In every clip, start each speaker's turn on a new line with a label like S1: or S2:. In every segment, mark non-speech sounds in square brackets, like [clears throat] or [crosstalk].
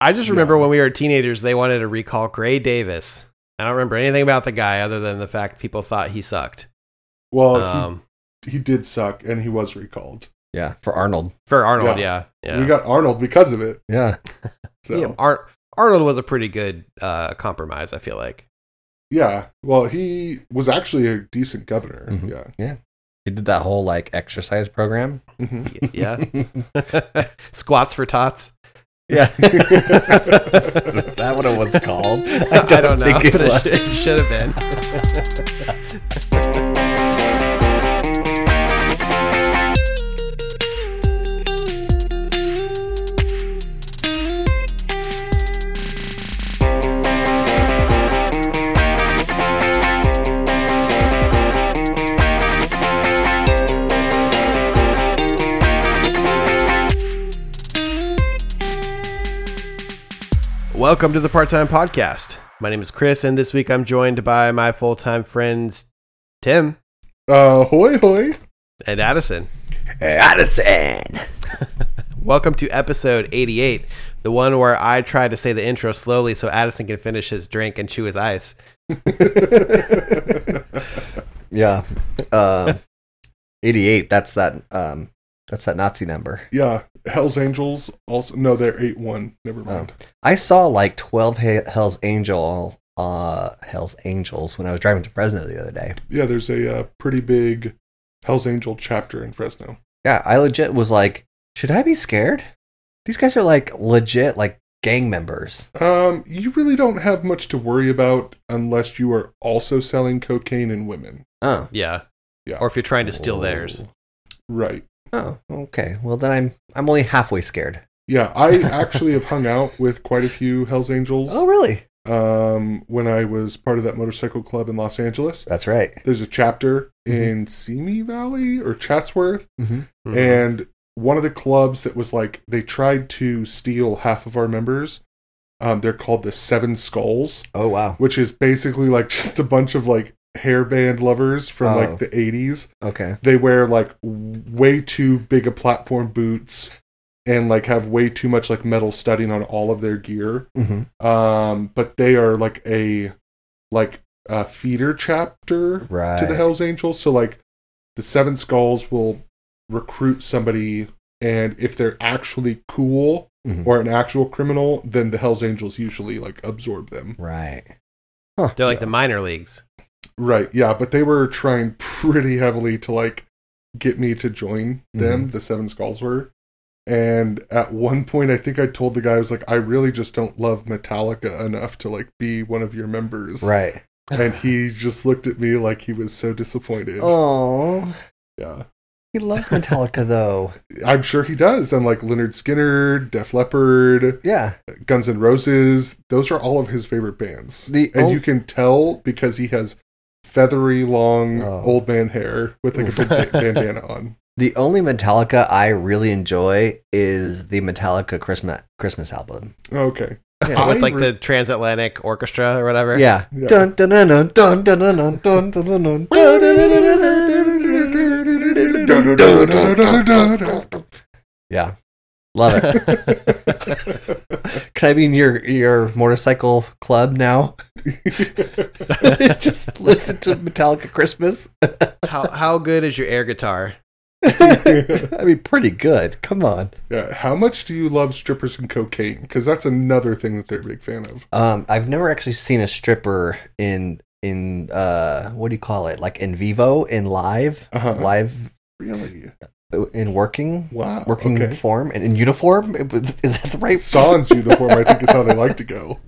S1: I just remember when we were teenagers, they wanted to recall Gray Davis. I don't remember anything about the guy other than the fact people thought he sucked.
S2: Well,
S1: Um,
S2: Oh, he, he did suck, and he was recalled.
S3: Yeah, for Arnold.
S1: for Arnold, yeah, yeah.
S2: We got Arnold because of it.
S3: Yeah.
S2: So
S1: Yeah, Ar- Arnold was a pretty good uh, compromise. I feel like.
S2: Yeah. Well, he was actually a decent governor.
S1: Mm-hmm.
S3: Mhm.
S2: Yeah.
S3: He did that whole like exercise program.
S2: Mhm.
S1: Y-
S3: [laughs]
S1: Yeah, [laughs] squats for tots. [laughs]
S3: Yeah. is, that what it was called?
S1: I don't, know, but it,
S3: was.
S1: sh- it should have been. Welcome to the Part Time Podcast. My name is Chris, and this week I'm joined by my full time friends Tim
S2: Uh, hoy hoy.
S1: and Addison.
S3: Addison.
S1: Welcome to episode 88, the one where I try to say the intro slowly so Addison can finish his drink and chew his ice.
S3: Yeah. Uh, 88. That's that. Um, that's that Nazi number.
S2: [laughs] yeah. Hell's Angels also. No, they're 8 1.
S1: Oh.
S2: Never mind.
S3: I saw like 12 he- Hell's Angel, uh, Hell's Angels when I was driving to Fresno the other day.
S2: Yeah. There's a uh, pretty big Hell's Angel chapter in Fresno.
S3: Yeah, I legit was like, should I be scared? These guys are like legit like gang members.
S2: Um, you really don't have much to worry about unless you are also selling cocaine and women.
S3: Oh,
S1: Yeah.
S2: Yeah.
S1: Or if you're trying to steal theirs.
S2: Right.
S3: oh, okay. Well, then I'm I'm only halfway scared.
S2: Yeah.
S1: [laughs]
S2: I actually have hung out with quite a few Hell's Angels
S3: Oh, really?
S2: um, when I was part of that motorcycle club in Los Angeles.
S3: That's right.
S2: there's a chapter
S3: Mhm.
S2: in Simi Valley or Chatsworth,
S1: Mhm.
S2: Oh. and one of the clubs that was like they tried to steal half of our members. Um, they're called the Seven Skulls,
S3: Oh, wow.
S2: which is basically like [laughs] just a bunch of like hairband lovers from
S3: Oh.
S2: like the 80s.
S3: Okay.
S2: They wear like w- way too big a platform boots and like have way too much like metal studding on all of their gear
S3: Mm-hmm.
S2: um but they are like a like a feeder chapter to
S3: Right.
S2: the hells angels so like the seven skulls will recruit somebody and if they're actually cool
S3: Mhm.
S2: or an actual criminal then the hells angels usually like absorb them
S3: Right. Huh.
S1: They're like the minor leagues.
S2: right yeah but they were trying [laughs] pretty heavily to like get me to join them the seven skulls were and at one point i think i told the guy i was like i really just don't love metallica enough to like be one of your members
S3: Right.
S2: and he just looked at me like he was so disappointed.
S3: Oh,
S2: Yeah,
S3: he loves Metallica though.
S2: I'm sure he does. And like Leonard Skinner, Def Leppard,
S3: Yeah.
S2: Guns N' Roses, those are all of his favorite bands.
S3: The
S2: and
S3: ol-
S2: you can tell because he has feathery, long
S3: Oh.
S2: old man hair with like a
S3: [laughs]
S2: big da- bandana on.
S3: The only Metallica I really enjoy is the Metallica Christmas Christmas album. [laughs]
S2: Okay,
S3: Yeah.
S1: With
S2: I
S1: like
S2: re-
S1: the transatlantic orchestra or whatever.
S3: Yeah.
S2: Yeah.
S3: Dun dun dun dun dun dun dun dun dun dun dun dun dun dun dun dun dun dun. Yeah. Love it. Can I be in your your motorcycle club now? [laughs] Just listen to Metallica Christmas.
S1: [laughs] How, how good is your air guitar?
S3: I mean, pretty good. Come on.
S2: yeah. How much do you love strippers and cocaine? Because that's another thing that they're a big fan of.
S3: Um, I've never actually seen a stripper in in uh what do you call it? Like in vivo, in live,
S2: Uh-huh.
S3: live uh,
S2: Really?
S3: in working
S2: Wow.
S3: working
S2: [laughs] okay.
S3: form and in uniform. Is that the right?
S2: sans uniform, I think is how they like to go.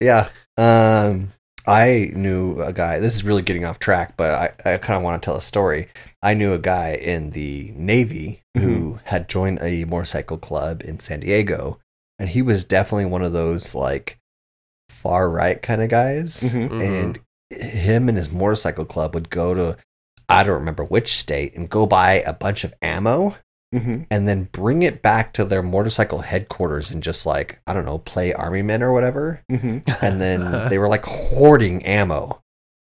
S3: Yeah. Um, I knew a guy. This is really getting off track, but I, I kind of want to tell a story. I knew a guy in the Navy who had joined a motorcycle club in San Diego, and he was definitely one of those like far right kind of guys.
S2: Mm-hmm,
S1: Mhm.
S3: And him and his motorcycle club would go to I don't remember which state and go buy a bunch of ammo
S2: Mm-hmm.
S3: and then bring it back to their motorcycle headquarters and just like I don't know play army men or whatever
S2: Mm-hmm.
S1: [laughs]
S3: and then they were like hoarding ammo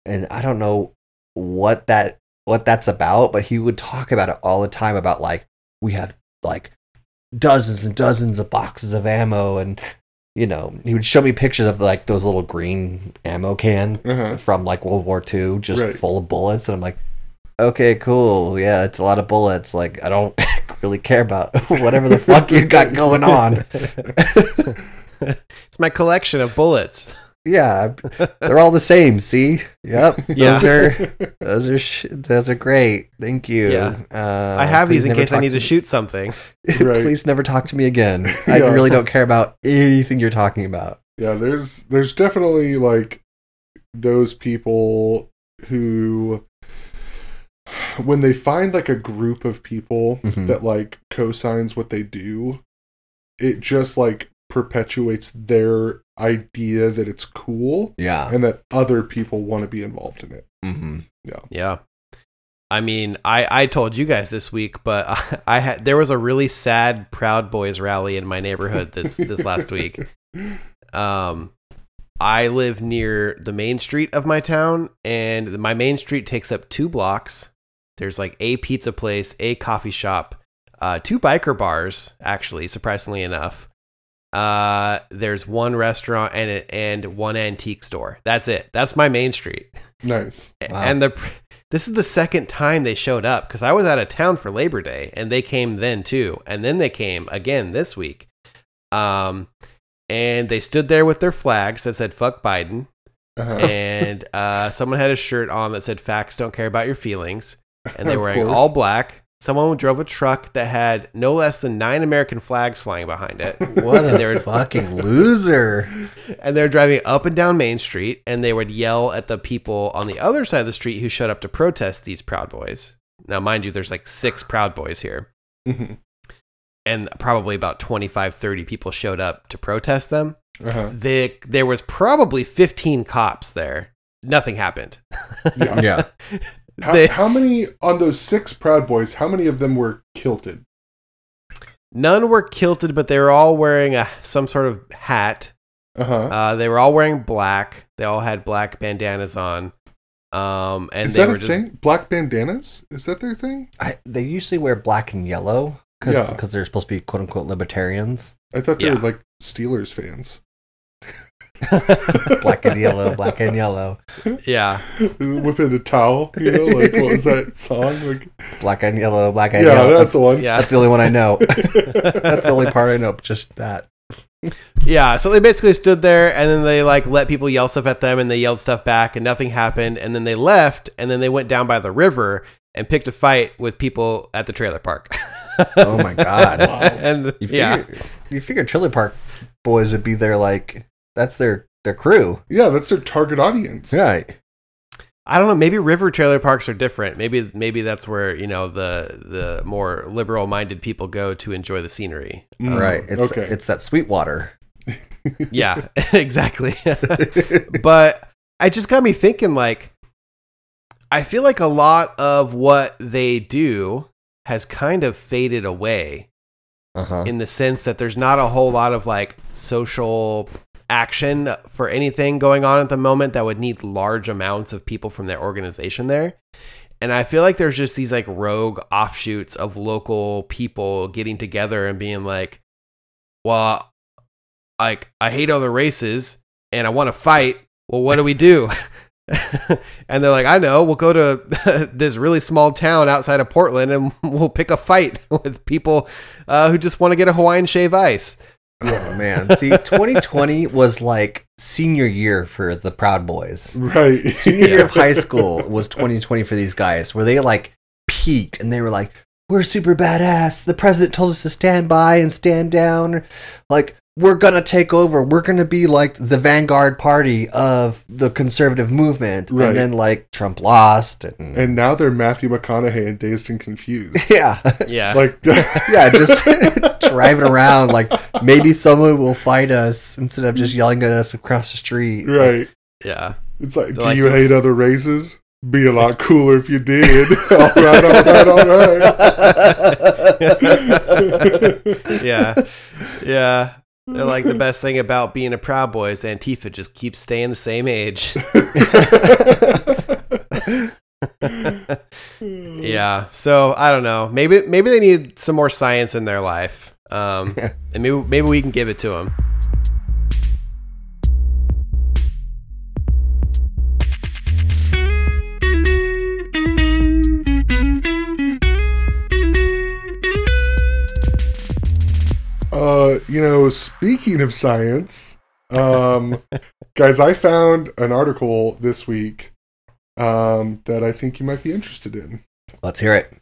S3: and i don't know what that what that's about but he would talk about it all the time about like we have like dozens and dozens of boxes of ammo and you know he would show me pictures of like those little green ammo can
S2: [laughs] Uh-huh.
S3: from like World War II, just
S2: Right.
S3: full of bullets, and I'm like, okay, cool, yeah, it's a lot of bullets. Like I don't [laughs] really care about [laughs] whatever the fuck you got going on.
S1: it's my collection of bullets.
S3: Yeah, they're all the same. See, yep,
S1: [laughs] Yeah.
S3: those are those are sh- those are great. Thank you.
S1: Yeah.
S3: Uh,
S1: I have these
S3: please
S1: in
S3: never
S1: case I
S3: talk
S1: need to
S3: me-
S1: shoot something.
S3: [laughs]
S2: Right.
S3: Please never talk to me
S2: [laughs]
S3: again. I
S2: Yeah.
S3: really don't care about anything you're talking about.
S2: [laughs] yeah there's there's definitely like those people who when they find like a group of people
S3: Mhm.
S2: that like cosigns what they do it just like perpetuates their idea that it's cool
S3: Yeah.
S2: and that other people want to be involved in it
S3: Mm-hmm.
S1: Yeah. I mean, I, I told you guys this week, but [laughs] I, I had there was a really sad Proud Boys rally in my neighborhood this this last week. Um, I live near the main street of my town, and my main street takes up two blocks. There's like a pizza place, a coffee shop, uh, two biker bars, actually, surprisingly enough. Uh, there's one restaurant and a, and one antique store. That's it. That's my main street.
S2: [laughs] nice
S3: Wow.
S1: And the pr- this is the second time they showed up because I was out of town for Labor Day and they came then too, and then they came again this week. Um, and they stood there with their flags that said "fuck
S3: [laughs]
S1: Biden,"
S2: uh-huh.
S1: and uh, someone had a shirt on that said "facts don't care about your feelings," and they
S2: Of
S1: were wearing
S2: course.
S1: all black. Someone drove a truck that had no less than nine American flags flying behind it.
S3: What
S1: And they were-
S3: a fucking loser.
S1: and they're driving up and down Main Street, and they would yell at the people on the other side of the street who showed up to protest these Proud Boys. Now, mind you, there's like six Proud Boys here,
S2: Mhm.
S1: and probably about 25, 30 people showed up to protest them.
S2: Uh-huh.
S1: They, there was probably 15 cops there. Nothing happened.
S2: Yeah.
S3: Yeah.
S2: How,
S1: They-
S2: how many on those six proud boys how many of them were kilted
S1: None were kilted, but they were all wearing a, some sort of hat.
S2: uh-huh
S1: Uh, they were all wearing black. They all had black bandanas on. Um, and
S2: is
S1: they
S2: that
S1: were
S2: a
S1: just
S2: thing black bandanas is that their thing
S3: [laughs] I, they usually wear black and yellow because
S2: Yeah.
S3: they're supposed to be quote unquote libertarians.
S2: I thought they
S1: Yeah.
S2: were like
S1: [laughs]
S2: Steelers fans.
S3: Black and yellow, black and yellow,
S1: yeah.
S2: [laughs] Whipping a towel, you know, like what
S1: [laughs]
S2: was that song? Like,
S3: black and yellow, black
S2: yeah,
S3: and yellow.
S2: that's
S3: That's,
S2: the one.
S1: Yeah.
S3: that's the only one
S2: [laughs]
S3: I know. that's
S1: [laughs]
S2: that's
S3: the only part I know. Just that.
S1: Yeah, so they basically stood there and then they like let people yell stuff at them and they yelled stuff back and nothing happened and then they left and then they went down by the river and picked a fight with people at the trailer park.
S3: Oh my god.
S2: Wow.
S1: [laughs] and
S3: You figure,
S1: yeah.
S3: You figure Trailer Park Boys would be their like that's their their crew.
S2: yeah, that's their target audience.
S3: Right.
S1: I don't know, maybe river trailer parks are different. Maybe maybe that's where, you know, the the more liberal minded people go to enjoy the scenery.
S2: Mm,
S3: right. It's
S2: okay.
S3: it's that Sweetwater.
S1: Yeah, [laughs] exactly. but it just got me thinking like I feel like a lot of what they do has kind of faded away.
S3: Uh huh.
S1: in the sense that there's not a whole lot of like social action for anything going on at the moment that would need large amounts of people from their organization there. And I feel like there's just these like rogue offshoots of local people getting together and being like, well, like I hate other races and I want to fight. Well, what do we do? [laughs] and they're like, I know, we'll go to [laughs] this really small town outside of Portland and [laughs] we'll pick a fight [laughs] with people uh, who just want to get a Hawaiian shave ice.
S3: Oh man. See, 2020 was like senior year for the Proud Boys.
S2: Right.
S3: Senior year
S2: [laughs]
S3: of high school was 2020 for these guys, where they like peaked and they were like, "We're super badass. The president told us to stand by and stand down. Like, we're gonna take over. We're gonna be like the vanguard party of the conservative movement."
S2: Right.
S3: And then like Trump lost, and,
S2: And now they're Matthew McConaughey and Dazed
S1: [laughs]
S2: and Confused.
S3: [laughs] yeah,
S1: [laughs] Yeah.
S2: Like, [laughs]
S3: yeah, just [laughs] driving around like maybe someone will fight us instead of just yelling at us across the street.
S2: right.
S1: [laughs] yeah.
S2: It's like, do
S1: Like-
S2: you hate other races? Be a lot cooler if you did. [laughs] all right, all right, all right.
S1: Yeah. [laughs] Yeah. They're like the best thing about being a Proud Boy is Antifa just keeps staying the same [laughs] age. [laughs]
S2: [laughs]
S1: yeah. So I don't know. Maybe maybe they need some more science in their life. Um, and maybe maybe we can give it to him.
S2: Uh, you know, speaking of science,
S1: [laughs]
S2: um, guys, I found an article this week um, that I think you might be interested in.
S3: Let's hear it.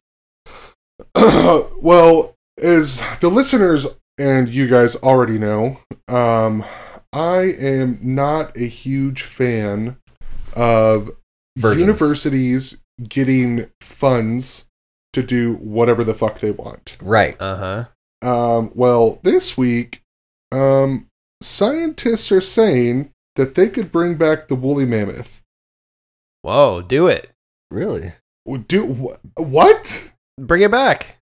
S2: [coughs] well, as the listeners and you guys already know, um, I am not a huge fan of
S3: Virgins.
S2: universities getting funds to do whatever the fuck they want.
S3: Right.
S1: Uh huh.
S2: Um, well, this week, um, scientists are saying that they could bring back the woolly mammoth.
S1: Whoa, do it.
S3: Really?
S2: Do wh- what?
S1: Bring it back.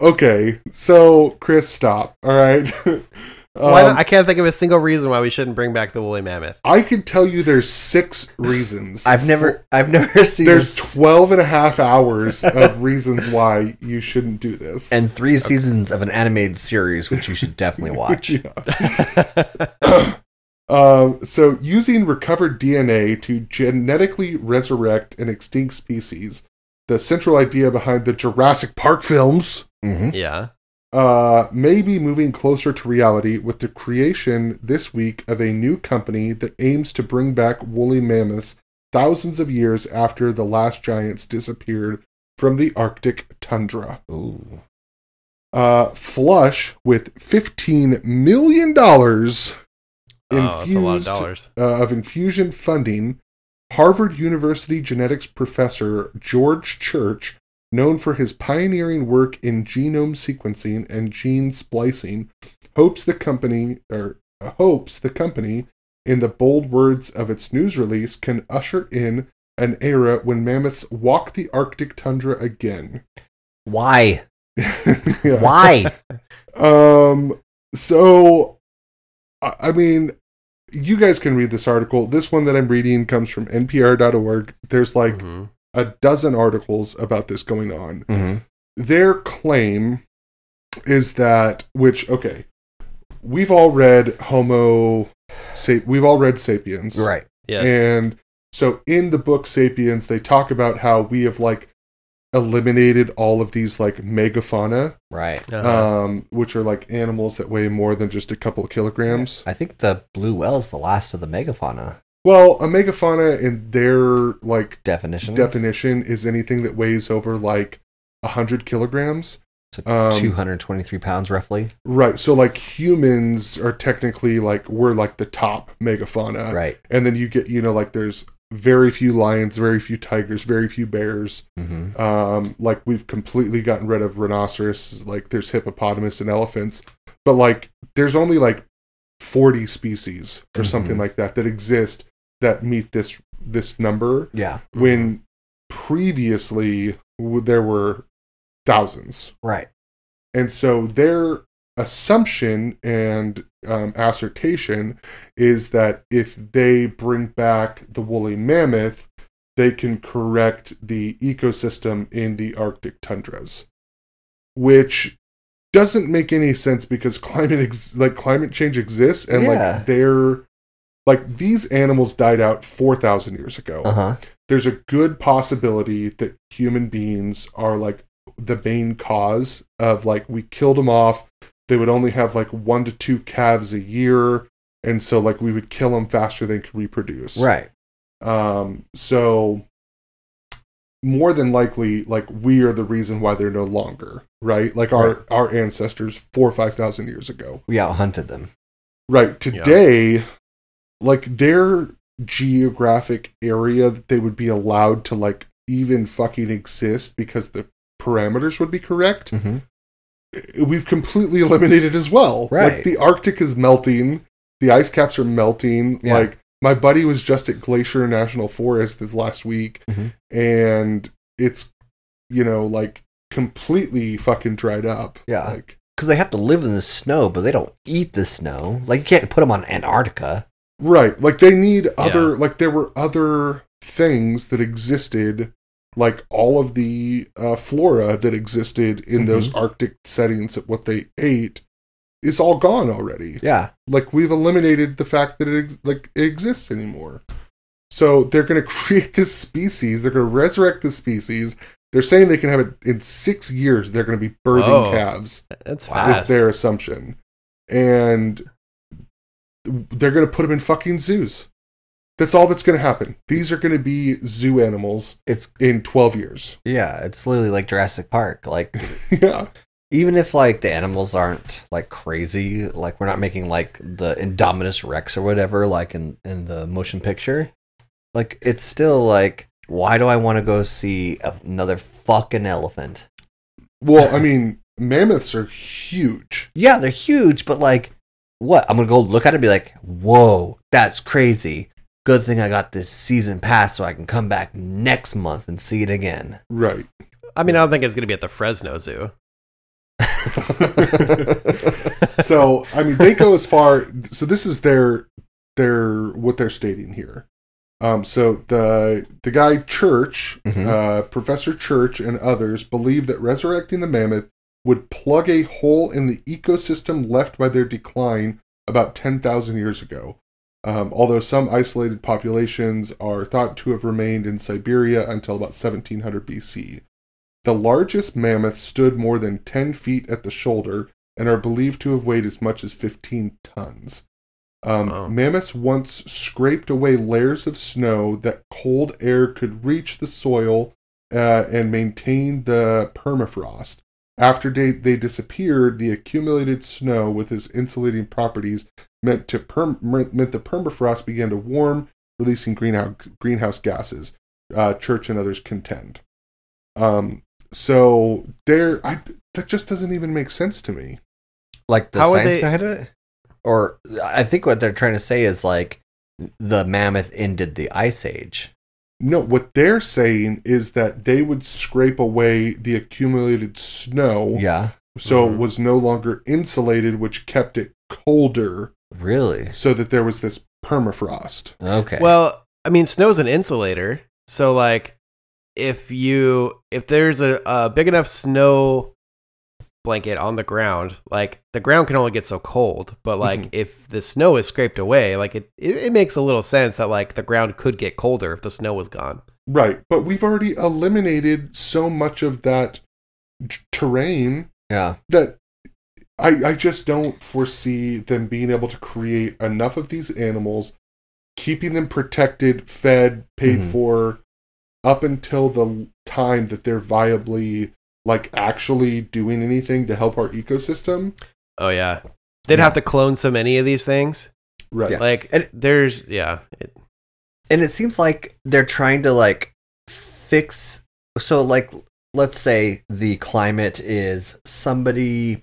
S2: Okay, so Chris, stop. All right. [laughs] um,
S1: Why not? I can't think of a single reason why we shouldn't bring back the woolly [laughs] mammoth.
S2: I could tell you there's six reasons.
S3: I've never I've never [laughs] seen
S2: There's
S3: this.
S2: 12 and a half hours of reasons why you shouldn't do this.
S3: and three seasons of an animated series which you
S2: [laughs]
S3: should definitely watch.
S2: Yeah. Um, so, using recovered DNA to genetically resurrect an extinct species, the central idea behind the Jurassic Park films,
S3: hmm
S1: yeah.
S2: uh, may be moving closer to reality with the creation this week of a new company that aims to bring back woolly mammoths thousands of years after the last giants disappeared from the Arctic tundra.
S3: Ooh.
S2: Uh, flush with $15 million dollars
S1: Oh, that's a lot of
S2: infused
S1: dollars.
S2: uh, of infusion funding, Harvard University genetics professor George Church, known for his pioneering work in genome sequencing and gene splicing, hopes the company or uh, hopes the company in the bold words of its news release can usher in an era when mammoths walk the arctic tundra again. [laughs]
S3: Why?
S2: Yeah. [laughs]
S3: Why?
S2: Um. So, I I mean, you guys can read this article. This one that I'm reading comes from NPR.org. There's like
S1: Mhm.
S2: a dozen articles about this going on.
S3: hmm
S2: Their claim is that, which okay, we've all read Homo, sa- we've all read Sapiens,
S3: Right.
S1: Yes.
S2: and so in the book Sapiens, they talk about how we have like eliminated all of these like megafauna
S3: Right.
S1: Uh-huh.
S2: um, which are like animals that weigh more than just a couple of kilograms.
S3: I think the blue whale is the last of the megafauna
S2: Well, a megafauna in their like
S3: definition.
S2: definition is anything that weighs over like hundred kilograms.
S3: So
S2: um,
S3: 223 pounds roughly.
S2: Right. So like humans are technically like we're like the top megafauna,
S3: right.
S2: and then you get you know like there's very few lions, very few tigers, very few bears.
S3: hmm
S2: Um, like we've completely gotten rid of rhinoceros. Like there's hippopotamus and elephants, but like there's only like 40 species or something
S3: Mhm.
S2: like that that exist that meet this this number.
S3: Yeah.
S2: When previously w- there were thousands,
S3: Right.
S2: and so their assumption and um, assertion is that if they bring back the woolly mammoth, they can correct the ecosystem in the Arctic tundras, which doesn't make any sense because climate ex- like climate change exists and
S3: Yeah.
S2: like they're like these animals died out 4000 years ago
S3: Uh huh.
S2: there's a good possibility that human beings are like the main cause of like we killed them off. They would only have like one to two calves a year, and so like we would kill them faster than could reproduce.
S3: Right.
S2: Um. So more than likely, like we are the reason why they're no longer right. Like our our ancestors four or five thousand years ago.
S3: We out hunted them.
S2: Right. Today, like their geographic area that they would be allowed to like even fucking exist because the parameters would be correct,
S3: Mm-hmm.
S2: i- we've completely eliminated as well. Like
S3: Right.
S2: the Arctic is melting, the ice caps are melting.
S3: Yeah.
S2: Like my buddy was just at Glacier National Forest this last week
S3: Mhm.
S2: and it's you know, like completely fucking dried up.
S3: Yeah.
S2: Like
S3: Because they have to live in the snow, but they don't eat the snow. Like you can't put them on Antarctica.
S2: Right. Like they need other like there were other things that existed like all of the uh, flora that existed in those Arctic settings of what they ate is all gone already.
S3: Yeah.
S2: Like we've eliminated the fact that it ex- like it exists anymore. So they're going to [laughs] create this species. They're going to resurrect this species. They're saying they can have it in six years. They're going to be birthing
S1: Whoa.
S2: calves
S1: That's
S3: Wow.
S2: is
S1: fast.
S2: their assumption, and they're going to put them in fucking zoos. That's all that's going to happen. These are going to be zoo animals
S3: It's
S2: in twelve years. [laughs]
S3: yeah, it's literally like Jurassic Park. Like
S2: yeah,
S3: even if like the animals aren't like crazy, like we're not making like the Indominus Rex or whatever, like in in the motion picture, like it's still like, why do I want to go see another fucking elephant?
S2: Well, I mean, [laughs] mammoths are huge.
S3: Yeah, they're huge, but like, what? I'm gonna go look at it and be like, whoa, that's crazy. Good thing I got this season pass so I can come back next month and see it again. [laughs]
S2: Right.
S1: I mean, I don't think it's going to be at the Fresno Zoo.
S2: [laughs] so I mean, they go as far. So this is their their what they're stating here. Um, so the the guy Church,
S3: Mhm.
S2: uh, Professor Church, and others believe that resurrecting the mammoth would plug a hole in the ecosystem left by their decline about ten thousand years ago. Um, although some isolated populations are thought to have remained in Siberia until about 1700 BC. The largest mammoth stood more than 10 feet at the shoulder and are believed to have weighed as much as 15 tons. Um,
S1: Wow.
S2: Mammoths once scraped away layers of snow that cold air could reach the soil uh, and maintain the permafrost. After they, they disappeared, the accumulated snow with its insulating properties meant to perm- meant the permafrost began to warm, releasing greenhouse greenhouse gases. Uh, Church and others contend. Um, so there, I that just doesn't even make sense to me.
S3: like the
S1: How would
S3: science
S1: they-
S3: behind it or i think what they're trying to say is like the mammoth ended the ice age
S2: No, what they're saying is that they would scrape away the accumulated snow,
S3: yeah
S2: so
S1: Mhm.
S2: it was no longer insulated, which kept it colder,
S3: really
S2: so that there was this permafrost.
S3: okay
S1: Well, I mean, snow's an insulator, so like, if you if there's a, a big enough snow blanket on the ground, like the ground can only get so cold. But like,
S2: Mhm.
S1: if the snow is scraped away, like it, it it makes a little sense that like the ground could get colder if the snow was gone.
S2: Right, but we've already eliminated so much of that t- terrain
S3: yeah
S2: that I, I just don't foresee them being able to create enough of these animals, keeping them protected, fed, paid
S3: Mhm.
S2: for, up until the time that they're viably, like, actually doing anything to help our ecosystem.
S1: Oh yeah, they'd have to clone so many of these things.
S2: Right.
S3: Yeah.
S1: Like,
S3: And-
S1: there's yeah, it,
S3: and it seems like they're trying to like fix so like let's say the climate is somebody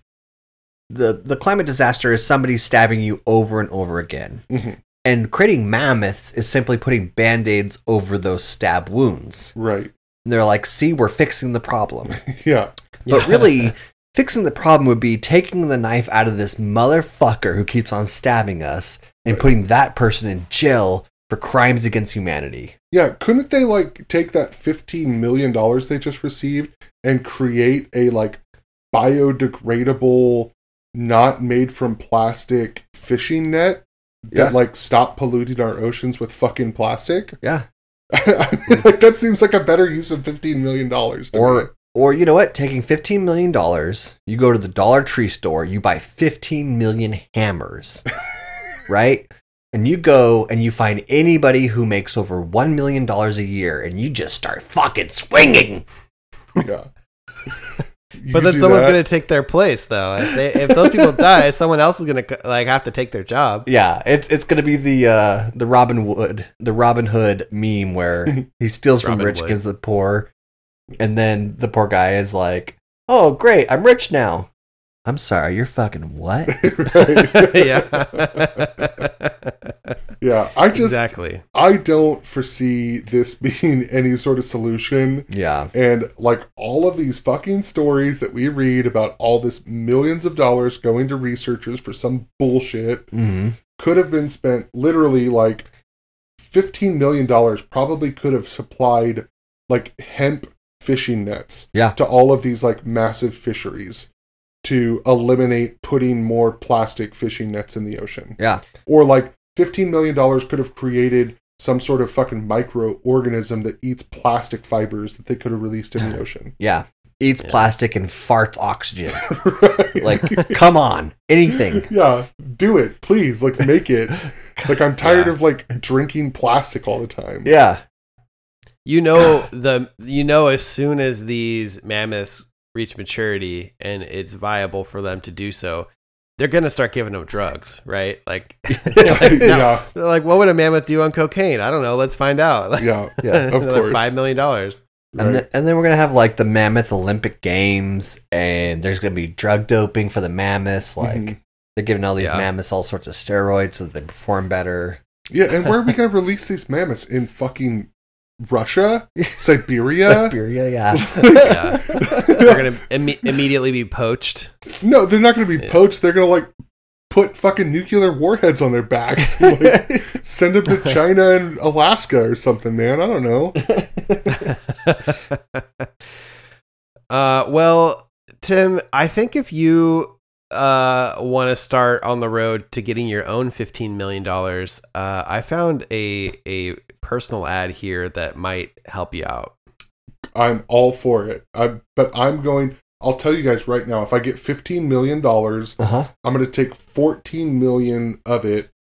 S3: the the climate disaster is somebody stabbing you over and over again
S2: Mhm.
S3: and creating mammoths is simply putting band-aids over those stab wounds
S2: Right. [laughs]
S3: And they're like, see, we're fixing the problem.
S2: Yeah.
S3: But really, fixing the problem would be taking the knife out of this motherfucker who keeps on stabbing us and
S2: Right.
S3: putting that person in jail for crimes against humanity.
S2: Yeah. Couldn't they, like, take that $15 million they just received and create a, like, biodegradable, not made from plastic fishing net? that like stop polluting our oceans with
S1: [laughs]
S2: fucking plastic. [laughs]
S3: yeah.
S2: I mean, like, that seems like a better use of fifteen million dollars.
S3: Or or you know what? Taking fifteen million dollars, you go to the Dollar Tree store, you buy fifteen million
S2: [laughs]
S3: hammers, right? And you go and you find anybody who makes over one million dollars a year, and you just start fucking swinging.
S1: [laughs]
S2: yeah.
S1: [laughs]
S2: You
S1: but then
S2: do
S1: someone's
S2: that,
S1: gonna take their place though. If they if those people die, someone else is gonna like have to take their job.
S3: Yeah, it's it's gonna be the uh, the Robin Wood the Robin Hood meme where
S1: [laughs]
S3: he steals from
S1: Robin
S3: rich,
S1: Wood.
S3: gives the poor, and then the poor guy is like, "Oh, great, I'm rich now." I'm sorry, you're fucking what?
S1: [laughs]
S2: right? [laughs]
S1: yeah.
S2: yeah. I just
S1: exactly.
S2: I don't foresee this [laughs] being any sort of solution.
S3: yeah,
S2: And like all of these fucking stories that we read about all this millions of dollars going to researchers for some bullshit
S3: hmm
S2: could have been spent literally like $15 million probably could have supplied like hemp fishing nets
S3: Yeah.
S2: to all of these like massive fisheries to eliminate putting more plastic fishing nets in the ocean.
S3: Yeah.
S2: Or like $15 million could have created some sort of fucking microorganism that eats plastic fibers that they could have released in
S3: [laughs]
S2: the ocean. [laughs]
S3: Yeah. Eats
S1: Yeah.
S3: plastic and farts
S1: [laughs]
S3: oxygen.
S2: right?
S3: Like, come on. Anything.
S2: [laughs] yeah, do it, please. Like, make
S3: [laughs]
S2: it. Like, I'm tired
S3: Yeah.
S2: of like drinking plastic all the time.
S3: [laughs] Yeah.
S1: You know the you know as soon as these mammoths reach maturity and it's viable for them to do so, they're gonna start giving them drugs, right? Like, [laughs]
S3: [laughs]
S1: they're like, no.
S2: [laughs] yeah,
S1: They're like, what would a mammoth do on cocaine? I don't know. Let's find out. [laughs] Like,
S3: [laughs]
S2: yeah.
S3: Yeah.
S2: of
S1: another
S2: course.
S1: five million
S2: [laughs]
S1: dollars.
S3: And,
S2: right.
S3: th- and then we're going to have like the mammoth Olympic Games, and there's going to be drug doping for the mammoths. Like,
S2: Mhm.
S3: they're giving all these
S1: Yeah.
S3: mammoths all sorts of steroids so that they perform better.
S2: Yeah, and where are we gonna release these mammoths in fucking
S3: [laughs]
S2: Russia, Siberia?
S3: Siberia, yeah.
S1: [laughs] Yeah. They're gonna imme- immediately be poached.
S2: No, they're not gonna be
S1: Yeah.
S2: poached. They're gonna like put fucking nuclear warheads on their backs. and,
S1: [laughs]
S2: like, send them to China and Alaska or something, man. I don't know.
S1: uh, well, Tim, I think if you uh, want to start on the road to getting your own fifteen million dollars, uh, I found a a personal ad here that might help you out.
S2: I'm all for it. I but I'm going. I'll tell you guys right now. If I get fifteen million dollars,
S3: Uh huh.
S2: I'm going to take 14 million of it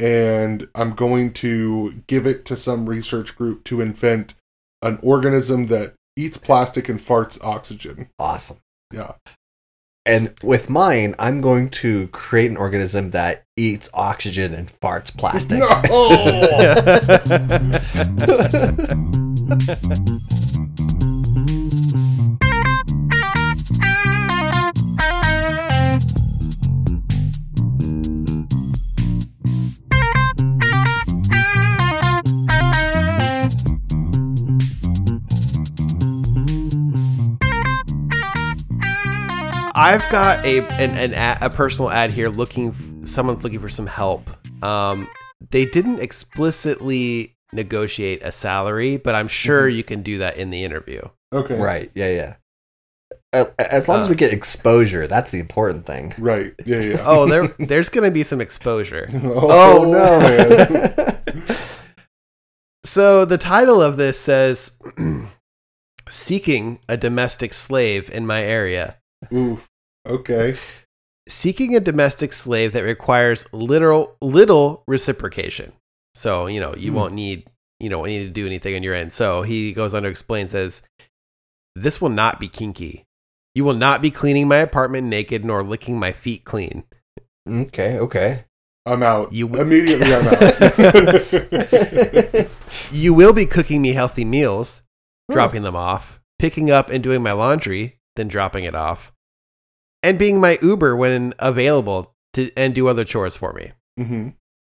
S2: and I'm going to give it to some research group to invent an organism that eats plastic and farts oxygen.
S3: Awesome.
S2: Yeah.
S3: And with mine, I'm going to create an organism that eats oxygen and farts plastic.
S2: No!
S1: I've got a an, an ad, a personal ad here looking f- someone's looking for some help. Um, they didn't explicitly negotiate a salary, but I'm sure you can do that in the interview.
S2: okay. Right.
S3: Right. Yeah. Yeah. A- As long as we get exposure, that's the important thing.
S2: Right. Yeah, yeah.
S1: [laughs]
S2: [laughs]
S1: Oh, there there's going to be some exposure.
S3: Oh,
S1: [laughs]
S2: man.
S3: [laughs] no.
S1: So the title of this says [clears throat] Seeking a domestic slave in my area.
S2: Oof. Okay.
S1: Seeking a domestic slave that requires literal little reciprocation. So, you know, you
S2: Hmm.
S1: won't need you don't need to do anything on your end. So he goes on to explain, says, This will not be kinky. You will not be cleaning my apartment naked nor licking my feet clean.
S3: okay. Okay.
S2: I'm out.
S1: You-
S2: Immediately I'm
S1: [laughs]
S2: out.
S1: You will be cooking me healthy meals, dropping them off, picking up and doing my laundry, then dropping it off, and being my Uber when available to and do other chores for me.
S2: hmm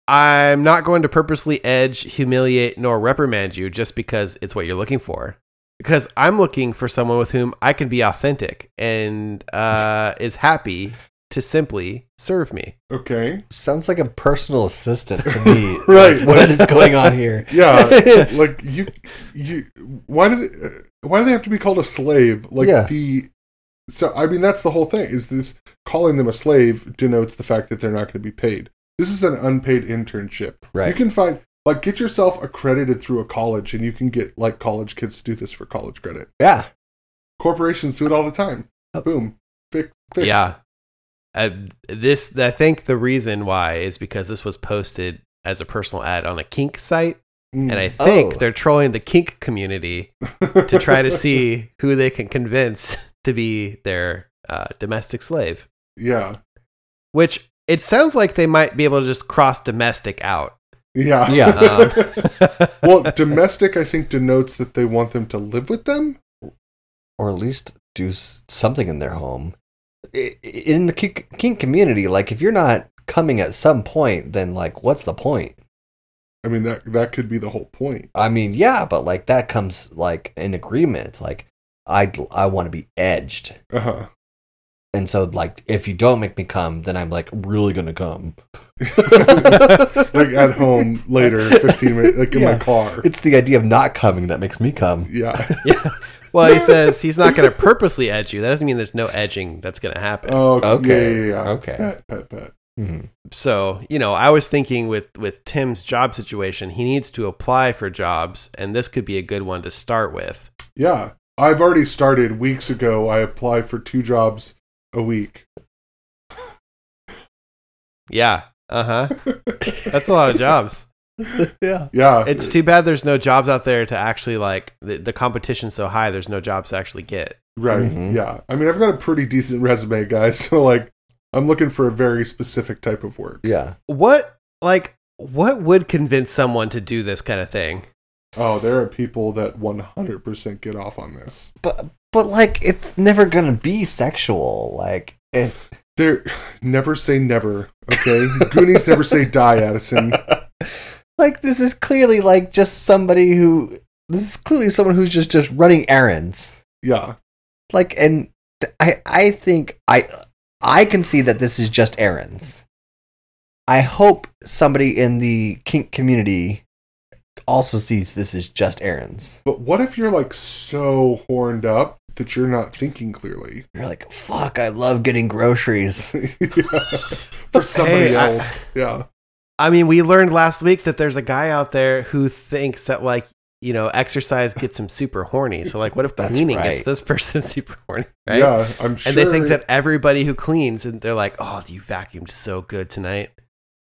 S1: I'm not going to purposely edge, humiliate, nor reprimand you just because it's what you're looking for. Because I'm looking for someone with whom I can be authentic and uh, is happy to simply serve me.
S2: Okay.
S3: Sounds like a personal assistant to
S2: [laughs]
S3: me.
S2: Right.
S3: Like, what is going
S2: [laughs]
S3: on here?
S2: Yeah. like you you why do they, uh, why do they have to be called a slave like
S3: Yeah.
S2: the so i mean that's the whole thing is this calling them a slave denotes the fact that they're not going to be paid this is an unpaid internship you
S3: Right.
S2: can find like get yourself accredited through a college and you can get like college kids to do this for college credit
S3: yeah.
S2: corporations do it all the time boom fix, fixed.
S1: Oh. Yeah. Uh, this, I think the reason why is because this was posted as a personal ad on a kink site.
S2: Mm.
S1: And I think
S3: Oh.
S1: they're trolling the kink community to try to see who they can convince to be their uh, domestic slave,
S2: [laughs] yeah
S1: which it sounds like they might be able to just cross domestic out.
S2: yeah [laughs]
S3: Yeah,
S1: Um, [laughs]
S2: well domestic i think denotes that they want them to live with them
S3: Or at least do s- something in their home. I- i- In the kink kink community, like if you're not coming at some point, then like what's the point?
S2: i mean that that could be the whole point
S3: I mean, yeah, but like that comes like an agreement. Like I I want to be edged.
S2: uh-huh
S3: And so, like, if you don't make me come, then I'm like really gonna
S2: [laughs]
S3: come. [laughs]
S2: like at home later, fifteen minutes, like in
S3: Yeah.
S2: my car.
S3: It's the idea of not coming that makes me come.
S2: Yeah.
S1: Well, he says he's not going to purposely edge you. That doesn't mean there's no edging that's going to happen.
S2: Oh,
S3: Okay.
S2: okay. Yeah, yeah, yeah.
S3: Okay.
S2: Pet, pet, pet.
S3: Mhm.
S1: so you know i was thinking with with tim's job situation he needs to apply for jobs and this could be a good one to start with
S2: Yeah. I've already started weeks ago. I apply for two jobs a week.
S1: yeah
S3: [laughs]
S1: uh-huh that's a lot of jobs
S3: Yeah.
S2: Yeah.
S1: it's too bad there's no jobs out there to actually like the, the competition's so high there's no jobs to actually get
S2: right.
S3: Mhm.
S2: Yeah. I mean, I've got a pretty decent resume, guys. [laughs] So, like, I'm looking for a very specific type of work.
S3: Yeah.
S1: what like what would convince someone to do this kind of thing
S2: Oh, there are people that 100% get off on this.
S3: But but like, it's never gonna be sexual. Like, it,
S2: They're never say never,
S1: [laughs]
S2: okay? Goonies never say die, Addison.
S3: like this is clearly like just somebody who this is clearly someone who's just just running errands.
S2: Yeah.
S3: like and th- i i think i i can see that this is just errands i hope somebody in the kink community also sees this is just errands
S2: But what if you're, like, so horned up that you're not thinking clearly [laughs]
S3: you're like fuck i love getting groceries [laughs]
S2: for somebody
S1: Hey, I-
S2: else? yeah.
S1: i mean we learned last week that there's a guy out there who thinks that like you know exercise gets him super horny so like what if
S3: That's
S1: cleaning gets
S3: right.
S1: this person [laughs] super horny right
S2: Yeah, I'm sure.
S1: And they think that everybody who cleans, and they're like, "Oh, you vacuumed so good tonight."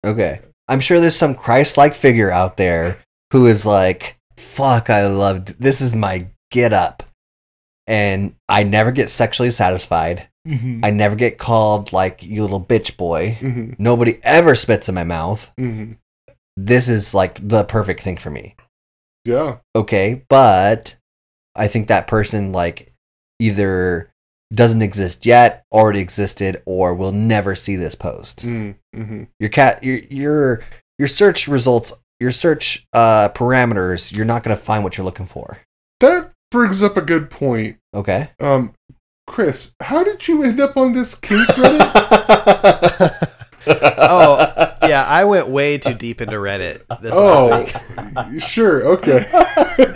S3: okay i'm sure there's some christ-like figure out there who is like fuck i loved this is my get up and i never get sexually satisfied
S2: Mhm.
S3: i never get called like you little bitch boy
S2: Mhm.
S3: Nobody ever spits in my mouth.
S2: Mhm.
S3: This is like the perfect thing for me.
S2: Yeah.
S3: Okay, but I think that person like either doesn't exist yet, already existed, or will never see this post.
S2: Mm, hmm
S3: Your cat, your your your search results, your search uh, parameters, you're not gonna find what you're looking for.
S2: That brings up a good point.
S3: Okay.
S2: Um, Chris, how did you end up on this kink Reddit?
S3: oh
S1: Yeah, I went way too deep into Reddit [laughs] this
S2: oh,
S1: last
S2: [laughs] sure, okay.
S3: [laughs]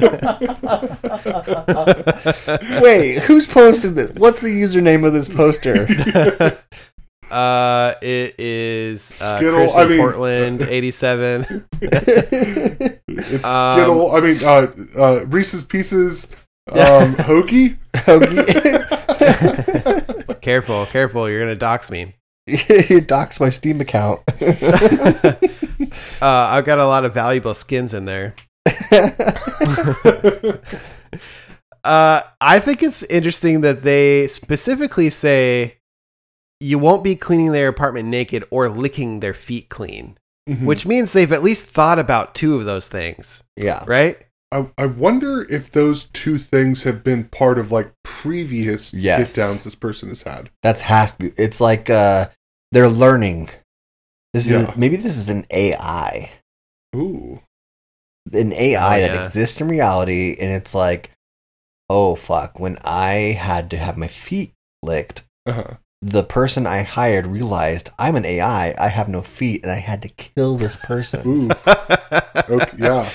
S2: Oh.
S3: Wait, who's posted this? What's the username of this poster? [laughs]
S1: week. [laughs] uh, it is uh,
S2: Skittle-
S1: Chris
S2: I
S1: in
S2: mean-
S1: Portland, eighty-seven.
S2: It's
S1: Um,
S2: Skittle. I mean, uh, uh,
S1: [laughs]
S2: Reese's Pieces. Um, hokey. [laughs]
S3: Hoagie.
S1: careful, careful! You're gonna dox me.
S3: you doxed my Steam account. [laughs]
S1: uh, I've got a lot of valuable skins in there. Uh, I think it's interesting that they specifically say you won't be cleaning their apartment naked or licking their feet clean,
S3: Hmm.
S1: [laughs]
S2: Mhm.
S1: which means they've at least thought about two of those things,
S3: yeah. [laughs]
S1: right?
S2: I, I wonder if those two things have been part of like previous
S3: Yes.
S2: get downs this person has had.
S3: That's has to be it's like uh they're learning. This
S2: Yeah.
S3: is maybe this is an AI.
S2: Ooh.
S3: an AI
S1: Oh,
S3: that
S1: yeah.
S3: exists in reality, and it's like, oh fuck, when I had to have my feet licked,
S1: [laughs]
S2: Uh-huh.
S3: the person I hired realized I'm an AI, I have no feet, and I had to kill this [laughs] person.
S2: Ooh. Okay, yeah.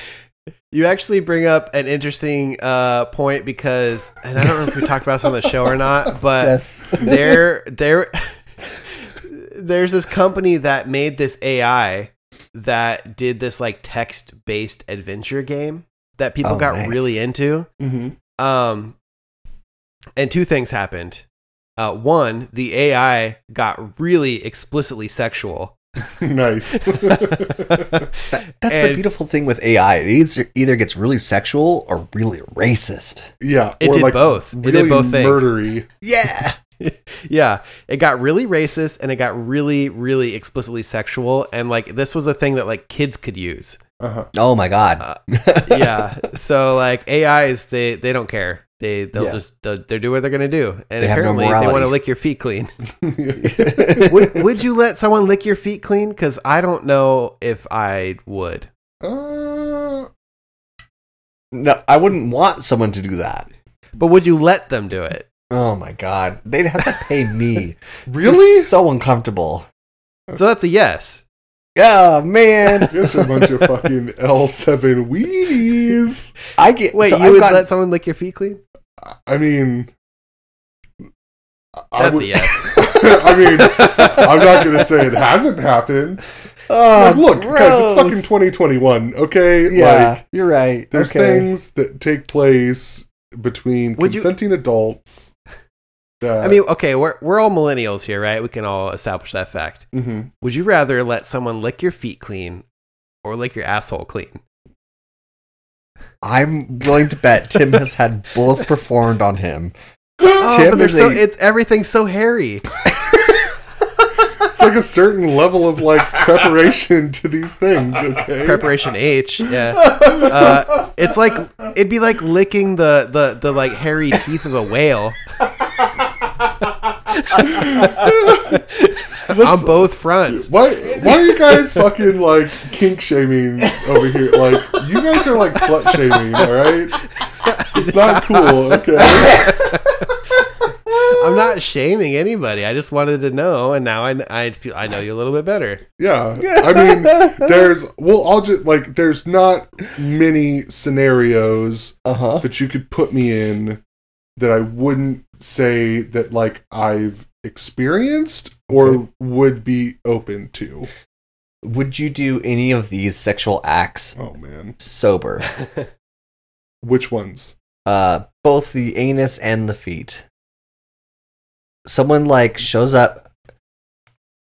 S1: You actually bring up an interesting uh, point because, and I don't know if we talked about this on the show or
S3: [laughs]
S1: not, but
S3: yes.
S1: there there there's this company that made this AI that did this like text based adventure game that people
S3: Oh,
S1: got
S3: nice.
S1: really into.
S2: Mm-hmm. [laughs]
S1: Um and two things happened. Uh, one, the AI got really explicitly sexual.
S2: nice.
S1: [laughs]
S3: That's the
S1: And-
S3: beautiful thing with AI. It either, either gets really sexual or really racist.
S2: yeah.
S1: It did both. It did both things.
S2: Murdery.
S3: Yeah.
S1: yeah it got really racist and it got really really explicitly sexual and like this was a thing that like kids could use [laughs]
S2: Uh-huh.
S3: Oh my god.
S1: Uh, yeah so like ais they they don't care they they'll
S3: Yeah.
S1: just they'll, they're doing what they're gonna do and
S3: They have no
S1: apparently they want
S3: morality.
S1: to lick your feet clean
S3: yeah.
S1: would, would you let someone lick your feet clean because i don't know if i would
S2: [laughs] Uh,
S3: no, I wouldn't want someone to do that.
S1: but would you let them do it
S3: Oh my god, they'd have to pay [laughs] me.
S2: Really?
S3: It's so uncomfortable.
S1: So that's a yes.
S3: Yeah, [laughs] man.
S2: You guys are a bunch of fucking L7 weenies.
S3: I get
S1: Wait,
S3: so
S1: you
S3: I've
S1: would
S3: gotten-
S1: let someone lick your feet clean?
S2: I mean, I- I,
S1: That's
S2: would,
S1: a yes.
S2: [laughs] I mean, I'm not gonna say it
S1: [laughs]
S2: hasn't happened.
S3: Oh,
S2: Like, look, guys, it's fucking
S3: gross.
S2: 2021. Okay,
S3: yeah,
S2: like
S3: you're right.
S2: there's
S3: okay.
S2: things that take place between
S1: Would you-
S2: consenting adults.
S1: [laughs]
S2: That, [gasps]
S1: I mean, okay, we're we're all millennials here, right? We can all establish that fact.
S3: Mm-hmm.
S2: mhm.
S1: Would you rather let someone lick your feet clean or lick your asshole clean?
S3: I'm willing to bet Tim has had both performed on him.
S1: Oh,
S3: Tim
S1: but they're
S3: is
S1: so
S3: a-
S1: it's everything's so [laughs] hairy. [laughs]
S2: it's like a certain level of like preparation to these things. Okay,
S1: Preparation H. [laughs] Yeah. Uh, it's like it'd be like licking the, the the like hairy teeth of a [laughs] whale on both fronts.
S2: Why, why are you guys fucking like kink shaming over here? Like, you guys are like slut shaming, alright? It's not cool, okay?
S1: I'm not shaming anybody. I just wanted to know, and now I kn- I feel I know you a little bit better.
S2: Yeah. I mean, there's, well, I'll just, like, there's not many scenarios
S3: Uh huh.
S2: that you could put me in that I wouldn't say that, like, I've experienced or
S3: Okay.
S2: would be open to.
S3: Would you do any of these sexual acts
S2: Oh, man.
S3: sober?
S2: Which ones?
S3: Uh, both the anus and the feet. Someone like shows up.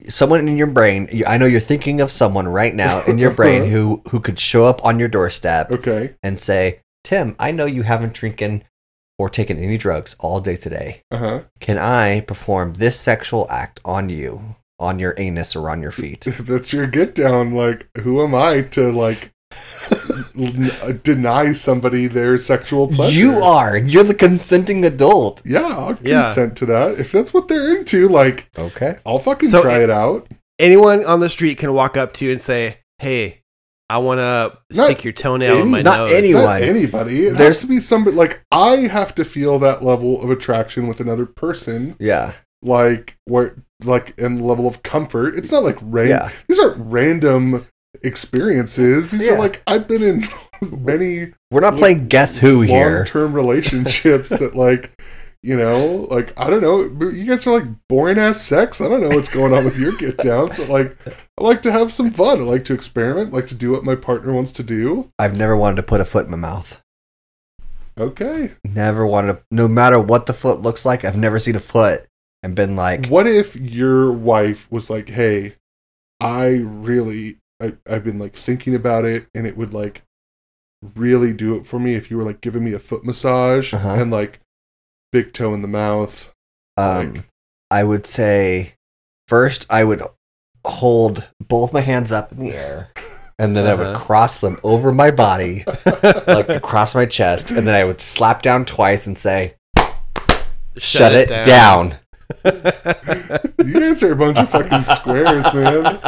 S3: Someone in your brain. you- I know you're thinking of someone right now in your brain who who could show up on your doorstep
S2: Okay.
S3: and say, "Tim, I know you haven't drinking or taken any drugs all day today.
S2: Uh huh.
S3: Can I perform this sexual act on you, on your anus or on your
S2: [laughs]
S3: feet?"
S2: if that's your get down, like who am I to like
S3: [laughs]
S2: n- uh, deny somebody their sexual pleasure?
S3: You are. You're the consenting adult.
S2: Yeah, I'll
S1: Yeah.
S2: consent to that. If that's what they're into, like
S3: Okay.
S2: I'll fucking
S1: So
S2: try
S1: it-
S2: it, out.
S1: Anyone on the street can walk up to you and say, "Hey, I want to
S2: Not
S1: stick your toenail in
S2: any-
S1: my
S3: not
S1: nose."
S3: any-
S2: It's not
S3: Anyone.
S2: anybody. It has
S3: There's-
S2: to be somebody like I have to feel that level of attraction with another person,
S3: Yeah.
S2: like where like and level of comfort. It's not like ran-
S3: Yeah.
S2: these aren't random experiences. These
S3: Yeah.
S2: are like I've been in [laughs] many
S3: We're not playing guess who here.
S2: long-term relationships that like you know like i don't know but you guys are like boring ass sex i don't know what's going on with your get downs but like i like to have some fun i like to experiment like to do what my partner wants to do
S3: I've never wanted to put a foot in my mouth.
S2: okay
S3: Never wanted to, no matter what the foot looks like, I've never seen a foot and been like,
S2: what if your wife was like hey i really I, i've been like thinking about it and it would like really do it for me if you were like giving me a foot massage
S3: Uh-huh.
S2: and like big toe in the mouth
S3: um, I would say first I would hold both my hands up in the air and then I would
S1: Uh-huh.
S3: cross them over my body,
S1: [laughs]
S3: like [laughs] across my chest, and then I would slap down twice and say, shut, it, down.
S2: You guys are a bunch of fucking squares, man.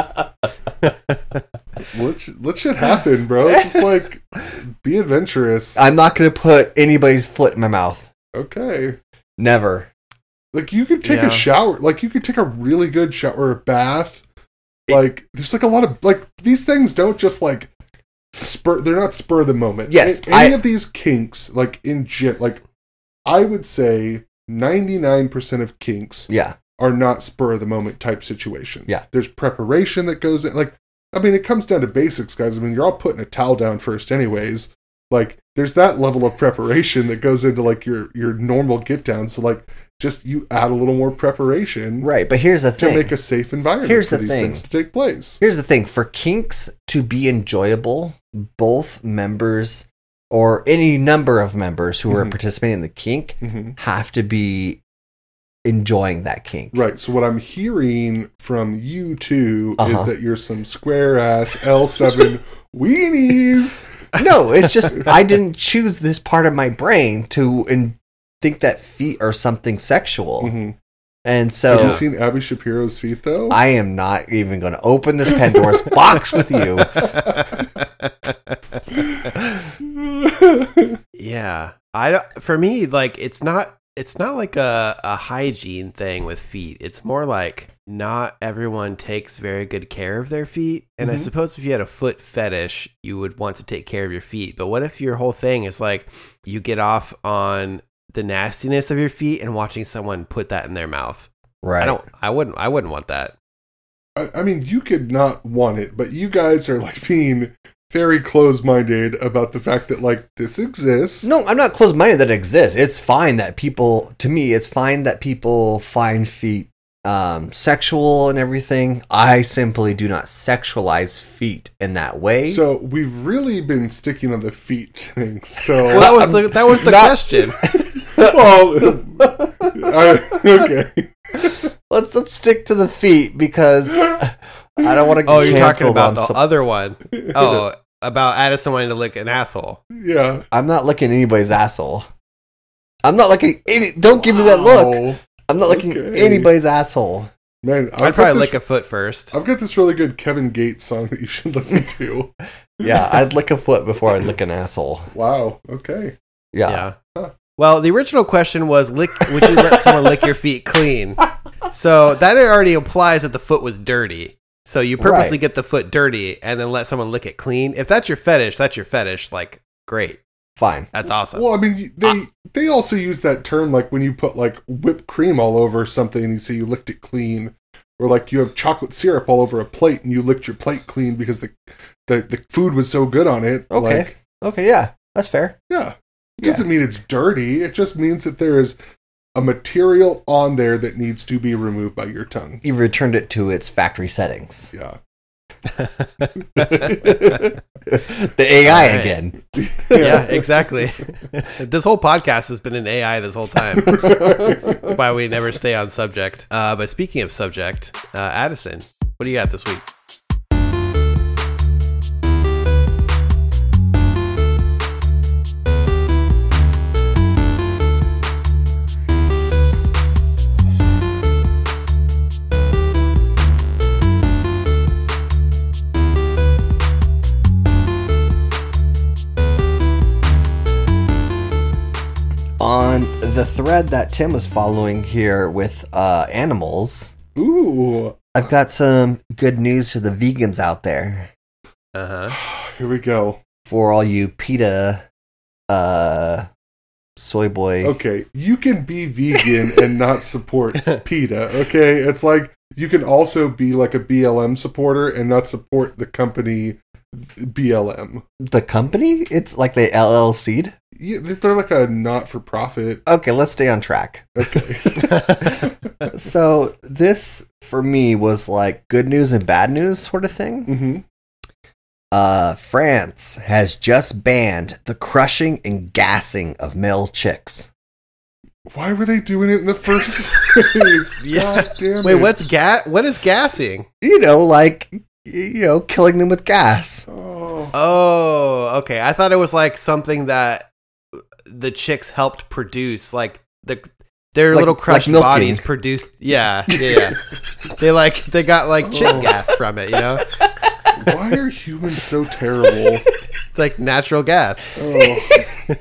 S2: Let sh- let shit happen, bro. Just like be adventurous.
S3: I'm not going to put anybody's foot in my mouth.
S2: okay.
S3: Never.
S2: Like you could take
S1: Yeah.
S2: a shower. Like you could take a really good shower, a bath. Like there's like a lot of like these things don't just like spur. They're not spur of the moment.
S3: Yes,
S2: A- any
S3: I-
S2: of these kinks, like in gym, like I would say, ninety nine percent of kinks
S3: Yeah.
S2: are not spur of the moment type situations.
S3: Yeah.
S2: There's preparation that goes in. Like, I mean, it comes down to basics, guys. I mean, you're all putting a towel down first, anyways. Like, there's that level of preparation that goes into like your your normal get down. So like, just you add a little more preparation
S3: Right. But here's the
S2: to
S3: thing.
S2: make a safe environment
S3: Here's
S2: for
S3: the
S2: these
S3: thing.
S2: things to take place.
S3: Here's the thing for kinks to be enjoyable, both members or any number of members who are
S2: Mhm.
S3: participating in the kink
S2: hmm
S3: have to be enjoying that kink.
S2: Right. So what I'm hearing from you 2
S3: Uh-huh.
S2: is that you're some square ass
S3: [laughs]
S2: L7 weenies.
S3: No, it's [laughs] just I didn't choose this part of my brain to in- think that feet are something sexual.
S2: Mhm.
S3: And
S2: Have you
S3: so
S2: seen Abby Shapiro's feet though?
S3: I am not even going to open this Pandora's box with [laughs] you.
S1: [laughs]
S2: [laughs]
S1: yeah, I don't- for me like it's not it's not like a, a hygiene thing with feet. It's more like not everyone takes very good care of their feet. And I
S3: Mm-hmm.
S2: Mhm.
S1: suppose if you had a foot fetish, you would want to take care of your feet. But what if your whole thing is like you get off on the nastiness of your feet and watching someone put that in their mouth?
S3: Right.
S1: I don't I wouldn't I wouldn't want that.
S2: I, I mean, you could not want it, but you guys are like being very close minded about the fact that like this exists.
S3: No, I'm not closed minded that it exists. It's fine that people, to me, it's fine that people find feet um, sexual and everything. I simply do not sexualize feet in that way.
S2: So we've really been sticking on the feet thing. So
S3: [laughs]
S1: Well, that was the that was the
S3: Not-
S1: question.
S2: well, [laughs]
S3: [laughs]
S2: I- okay.
S3: let's let's stick to the feet because I don't want
S1: [laughs]
S3: to.
S1: Oh, you're talking about the
S3: on some-
S1: other
S3: [laughs]
S1: one. Oh, about Addison wanting to lick an asshole.
S2: Yeah.
S3: I'm not licking anybody's asshole. I'm not looking any. Don't give me that look.
S2: Wow.
S3: I'm not looking
S2: okay.
S1: [laughs]
S3: anybody's asshole.
S2: Man,
S1: I'd
S2: I've got
S1: probably
S2: this,
S1: lick a foot first.
S2: I've got this really good Kevin Gates song that you should listen
S3: [laughs]
S2: to.
S3: Yeah, I'd lick a foot before I'd lick an asshole.
S2: wow. Okay.
S3: Yeah.
S1: Yeah.
S2: Huh.
S1: Well, the original question was, lick, would you let someone lick your feet clean? So that already implies that the foot was dirty. So you purposely
S3: Right.
S1: get the foot dirty and then let someone lick it clean. If that's your fetish, that's your fetish. Like, great.
S3: Fine.
S1: That's awesome.
S2: Well, I mean, they
S3: Ah.
S2: they also use that term like when you put like whipped cream all over something and you say you licked it clean, or like you have chocolate syrup all over a plate and you licked your plate clean because the the, the food was so good on it.
S3: Okay.
S2: Like,
S3: Okay. Yeah, that's fair.
S2: yeah. It
S3: Yeah.
S2: doesn't mean it's dirty. It just means that there is a material on there that needs to be removed by your tongue.
S3: You returned it to its factory settings. [laughs]
S2: Yeah. [laughs]
S3: the AI
S1: Alright.
S3: again.
S1: [laughs] yeah, exactly. [laughs] this whole podcast has been an AI this whole time.
S2: exactly.
S1: Why we never stay on subject. Uh, but speaking of subject, uh, Addison, what do you got this week?
S3: On the thread that Tim was following here with uh, animals,
S2: Ooh. [sighs]
S3: I've got some good news for the vegans out there.
S2: [laughs]
S1: Uh huh.
S2: Here we go.
S3: For all you PETA, uh, soy boy.
S2: Okay, you can be vegan and not support
S1: [laughs]
S2: PETA. Okay, it's like you can also be like a BLM supporter and not support the company BLM.
S3: The company? It's like they LLC'd.
S2: Yeah, they're like a not-for-profit.
S3: Okay, let's stay on track.
S2: [laughs] Okay,
S1: [laughs]
S3: so, this for me was like good news and bad news sort of thing.
S2: hmm
S3: Uh, France has just banned the crushing and gassing of male chicks.
S2: why were they doing it in the first
S1: [laughs]
S2: place?
S1: Yeah.
S2: God damn
S1: Wait,
S2: it.
S1: what's ga- what is gassing?
S3: You know, like, y- you know, killing them with gas.
S2: Oh,
S1: Oh, okay. I thought it was like something that the chicks helped produce, like the their
S3: Like-
S1: little crushed
S3: like milking.
S1: bodies produced.
S3: [laughs]
S1: Yeah, yeah. yeah. they like they got like chick
S2: Oh.
S1: gas from it. You know,
S2: why are humans so terrible?
S1: it's like natural gas. [laughs]
S2: Oh.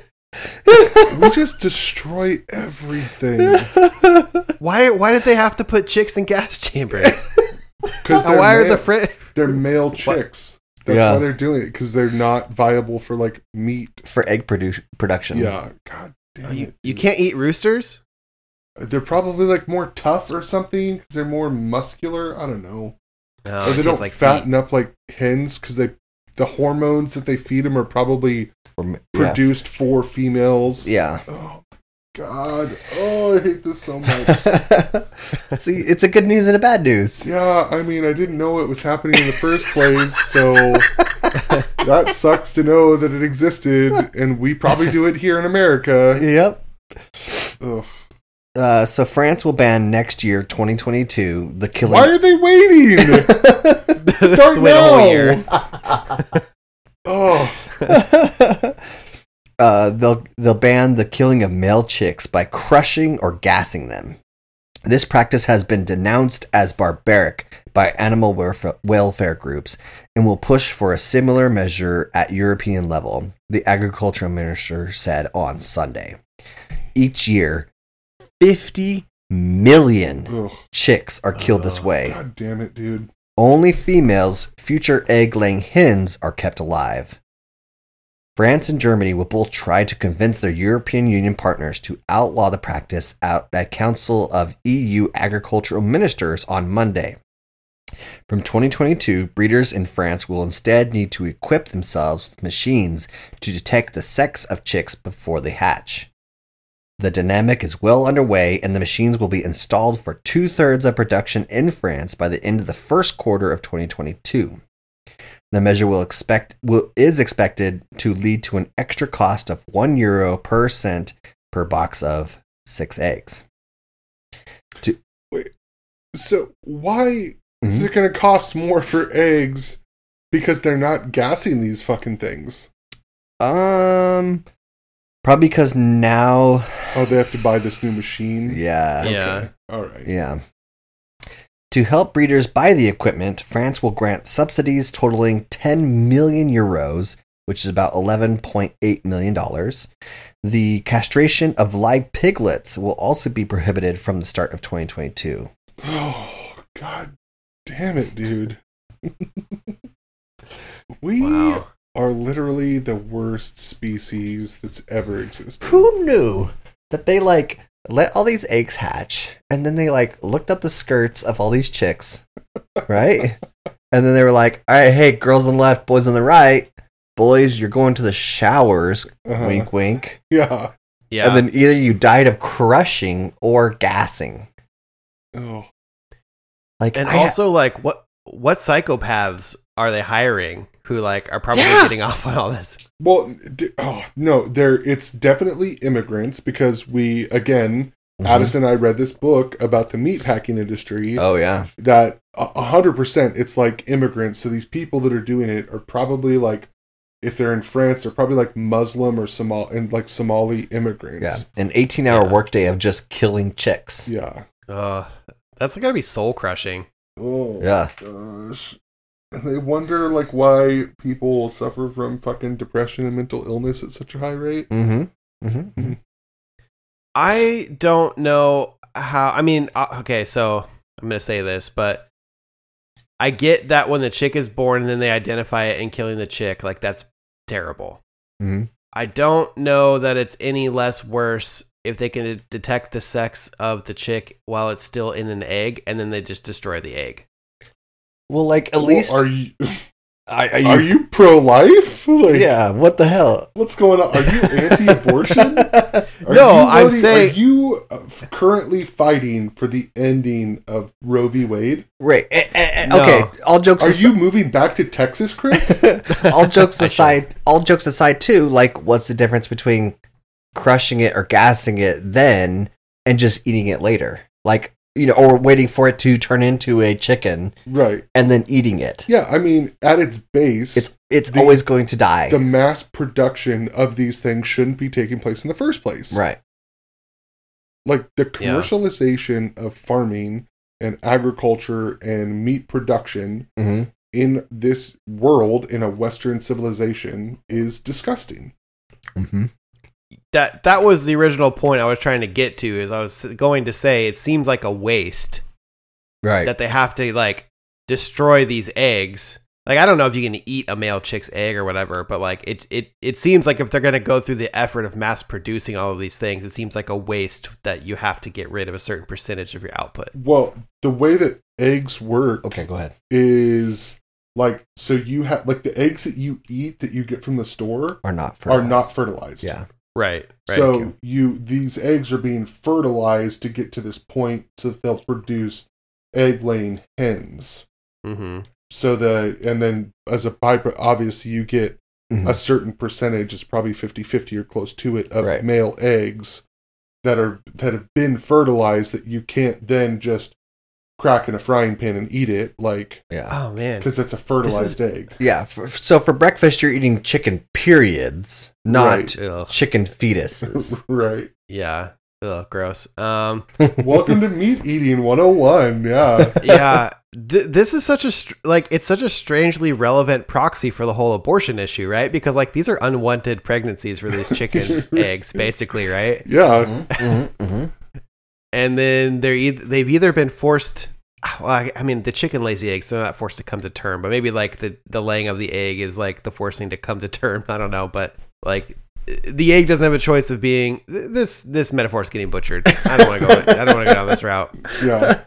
S2: we just destroy everything
S1: Why why did they have to put chicks in gas [laughs]
S3: [laughs]
S1: chambers?
S2: because
S1: And why are the friend?
S2: They're male chicks. That's
S3: Yeah.
S2: why they're doing it because they're not viable for like meat.
S3: For egg produ- production.
S2: Yeah, god damn
S1: You,
S2: it.
S1: you can't eat roosters.
S2: They're probably like more tough or something because they're more muscular. I don't know.
S1: No,
S2: Or
S1: Oh, it
S2: they
S1: tastes
S2: don't
S1: Uh, like
S2: fatten up like hens because they the hormones that they feed them are probably
S3: From- yeah.
S2: produced for females.
S3: yeah. [laughs]
S2: Oh god. Oh, I hate this so much.
S3: See, it's a good news and a bad news.
S2: yeah, I mean, I didn't know it was happening in the first place,
S3: [laughs]
S2: so that sucks to know that it existed, and we probably do it here in America.
S3: Yep.
S2: Ugh.
S3: Uh, so France will ban next year, 2022, the killing.
S2: Why are they waiting?
S3: [laughs]
S1: feet.
S2: [laughs] Start
S1: [laughs] Wait a
S2: now.
S1: whole year.
S2: Oh,
S3: [laughs] uh, they'll they'll ban the killing of male chicks by crushing or gassing them. This practice has been denounced as barbaric by animal welfare, welfare groups and will push for a similar measure at European level, the agricultural minister said on Sunday. Each year, 50 million
S2: Ugh.
S3: chicks are killed this
S1: Oh,
S3: way.
S2: God damn it, dude.
S3: Only females, future egg laying hens, are kept alive. France and Germany will both try to convince their European Union partners to outlaw the practice at a Council of EU agricultural ministers on Monday. From 2022, breeders in France will instead need to equip themselves with machines to detect the sex of chicks before they hatch. The dynamic is well underway, and the machines will be installed for two thirds of production in France by the end of the first quarter of 2022. The measure will expect will, is expected to lead to an extra cost of one euro per cent per box of six eggs.
S2: So why is
S3: Mhm.
S2: it going to cost more for eggs because they're not gassing these fucking things?
S3: Um, probably because now,
S2: Oh, they have to buy this new machine.
S3: yeah,
S1: Yeah.
S2: All right.
S3: Yeah. To help breeders buy the equipment, France will grant subsidies totaling 10 million euros, which is about $11.8 million. The castration of live piglets will also be prohibited from the start of 2022.
S2: Oh, god damn it, dude. we
S1: Wow.
S2: are literally the worst species that's ever existed.
S3: Who knew that they like let all these eggs hatch and then they like looked up the skirts of all these chicks, [laughs] right? and then they were like, all right, hey, girls on the left, boys on the right. Boys, you're going to the showers.
S2: Uh-huh.
S3: Wink, wink.
S2: Yeah.
S1: Yeah.
S3: And then either you died of crushing or gassing.
S2: Oh,
S3: Like,
S1: and
S3: I- uh,
S1: also like what what psychopaths are they hiring who like are probably
S3: Yeah.
S1: getting [laughs] off on all this?
S2: Well, d- oh no, there it's definitely immigrants because we again,
S3: Mhm.
S2: Addison and I read this book about the meatpacking industry
S3: Oh yeah,
S2: that a a hundred percent it's like immigrants. So these people that are doing it are probably like, if they're in France, they're probably like Muslim or Somali and like Somali
S3: yeah.
S2: immigrants.
S3: An eighteen-hour
S1: Yeah.
S3: workday of just killing chicks.
S2: Yeah.
S1: Uh, that's gonna be soul crushing.
S2: Oh
S3: Yeah.
S2: gosh. And they wonder like why people suffer from fucking depression and mental illness at such a high rate.
S3: Mm-hmm. Mm-hmm.
S1: I don't know how. I mean, uh, okay, so I'm gonna say this, but I get that when the chick is born and then they identify it and killing the chick, like that's terrible.
S3: Mm-hmm.
S1: I don't know that it's any less worse if they can detect the sex of the chick while it's still in an egg and then they just destroy the egg.
S3: Well, like at
S2: Well,
S3: least
S2: are you
S3: I- are you,
S2: are you pro life? [laughs] Like,
S3: yeah. What the hell? [laughs]
S2: What's going on? Are you anti-abortion? Are
S1: No,
S2: you
S1: I'm
S2: voting-
S1: saying-
S2: Are you uh, f- currently fighting for the ending of Roe v. Wade?
S3: right. eh, eh, eh,
S1: No.
S3: Okay. All jokes.
S2: Are
S3: aside,
S2: you moving back to Texas,
S3: [laughs]
S2: Chris?
S3: all
S1: [laughs]
S3: jokes
S1: I should.
S3: aside. All jokes aside, too. Like, what's the difference between crushing it or gassing it then and just eating it later? Like, you know, or waiting for it to turn into a chicken
S2: right.
S3: and then eating it.
S2: Yeah, I mean, at its base,
S3: It's it's
S2: The-
S3: always going to die.
S2: the mass production of these things shouldn't be taking place in the first place.
S3: right.
S2: Like the commercialization of farming and agriculture and meat production
S3: hmm
S2: in this world in a Western civilization is disgusting.
S3: hmm
S1: That that was the original point I was trying to get to. Is I was going to say it seems like a waste
S3: Right.
S1: that they have to like destroy these eggs. Like I don't know if you can eat a male chick's egg or whatever, but like it it it seems like if they're going to go through the effort of mass producing all of these things, it seems like a waste that you have to get rid of a certain percentage of your output.
S2: Well, the way that eggs work
S3: okay, go ahead.
S2: is like so you have like the eggs that you eat that you get from the store
S3: Are not for
S2: are not fertilized.
S3: Yeah.
S1: Right. Right.
S2: so
S3: you.
S2: you these eggs are being fertilized to get to this point so that they'll produce egg laying hens.
S1: mm-hmm.
S2: So the and then as a byproduct obviously you get
S3: Mhm.
S2: a certain percentage, it's probably 50-50 or close to it, of
S3: Right.
S2: male eggs that are that have been fertilized that you can't then just crack in a frying pan and eat it like
S3: Yeah.
S1: Oh man.
S2: because it's a fertilized egg.
S3: [laughs]
S2: [laughs]
S3: Yeah. For, so for breakfast, you're eating chicken periods, not
S2: Right.
S1: Ugh.
S3: chicken
S2: [laughs]
S3: fetuses.
S2: right.
S1: Yeah. Ugh, gross. Um
S2: Welcome to meat eating 101. Yeah.
S1: yeah, th- this is such a str- like it's such a strangely relevant proxy for the whole abortion issue, right? Because like these are
S3: Mm-hmm.
S1: unwanted pregnancies for these chickens' eggs, basically, right?
S2: Yeah.
S3: Mhm, mhm, mhm.
S1: and then they're either, they've either been forced. Well, I, I mean, the chicken lazy eggs, they're not forced to come to term, but maybe like the the laying of the egg is like the forcing to come to term. [laughs] I don't know, but like the egg doesn't have a choice of being th- this. This metaphor is getting butchered. I don't want to go. I don't want to go down this route.
S2: yeah.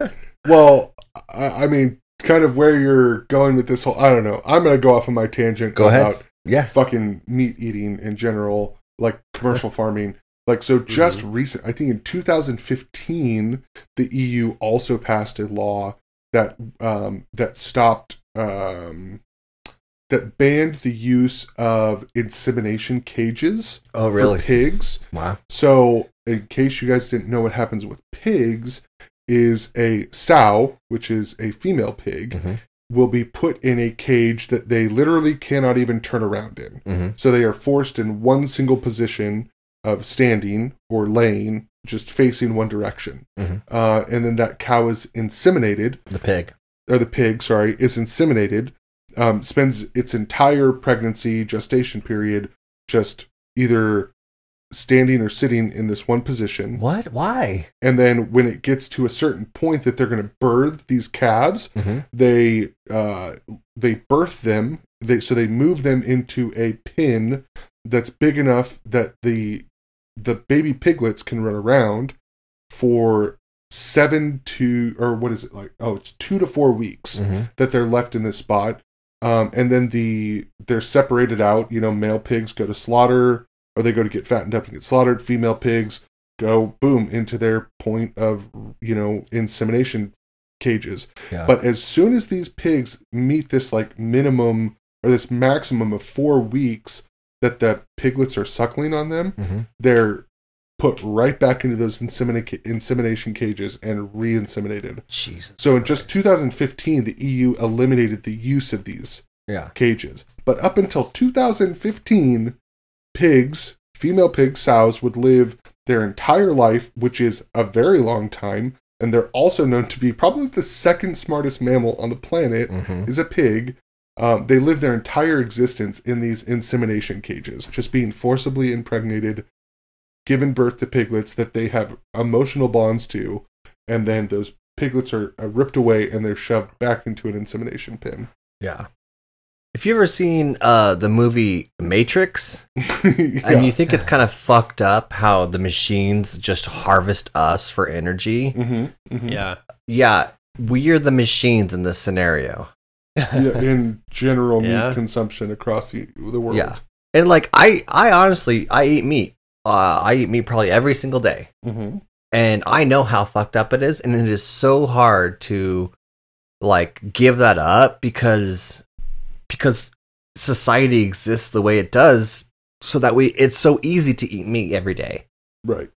S2: Well, I, I mean, kind of where you're going with this whole. I don't know. I'm gonna go off on my tangent.
S3: Go ahead.
S2: about
S3: Yeah.
S2: Fucking meat eating in general, like commercial farming. Like so, just recent. I think in 2015, the EU also passed a law that um, that stopped um, that banned the use of insemination cages
S3: Oh,
S2: for pigs.
S3: Wow.
S2: So, in case you guys didn't know what happens with pigs, is a sow, which is a female pig,
S3: Mhm.
S2: will be put in a cage that they literally cannot even turn around in.
S3: Mm-hmm.
S2: So they are forced in one single position of standing or laying, just facing one direction.
S3: Mhm.
S2: Uh, and then that cow is inseminated,
S3: The pig.
S2: or the pig, sorry, is inseminated, um, spends its entire pregnancy gestation period just either standing or sitting in this one position.
S3: What? Why?
S2: And then when it gets to a certain point that they're going to birth these calves,
S3: Mhm.
S2: they uh, they birth them. They so they move them into a pin that's big enough that the the baby piglets can run around for seven to or what is it like? Oh, it's two to four weeks
S3: Mhm.
S2: that they're left in this spot. Um, and then the they're separated out. You know, male pigs go to slaughter, or they go to get fattened up and get slaughtered. Female pigs go boom into their point of you know insemination cages.
S3: Yeah.
S2: But as soon as these pigs meet this like minimum or this maximum of four weeks that the piglets are suckling on them,
S3: Mhm.
S2: they're put right back into those insemina- insemination cages and re-inseminated.
S3: Jesus.
S2: So in just 2015, the EU eliminated the use of these
S3: Yeah.
S2: cages. But up until 2015, pigs, female pig sows, would live their entire life, which is a very long time. And they're also known to be probably the second smartest mammal on the planet,
S3: Mhm.
S2: is a pig. Um, they live their entire existence in these insemination cages, just being forcibly impregnated, given birth to piglets that they have emotional bonds to, and then those piglets are, are ripped away and they're shoved back into an insemination [laughs] pin.
S3: Yeah. If you ever seen uh, the movie Matrix, and you think it's kind of fucked up how the machines just harvest us for energy,
S2: Mm-hmm, hmm [laughs]
S1: Yeah.
S3: yeah, we are the machines in this scenario.
S2: in general
S1: Yeah.
S2: meat consumption across the, the world.
S3: Yeah. And like I, I honestly, I eat meat. Uh, I eat meat probably every single day.
S2: hmm
S3: and I know how fucked up it is, and it is so hard to like give that up because because society exists the way it does, so that we it's so easy to eat meat every day.
S2: Right.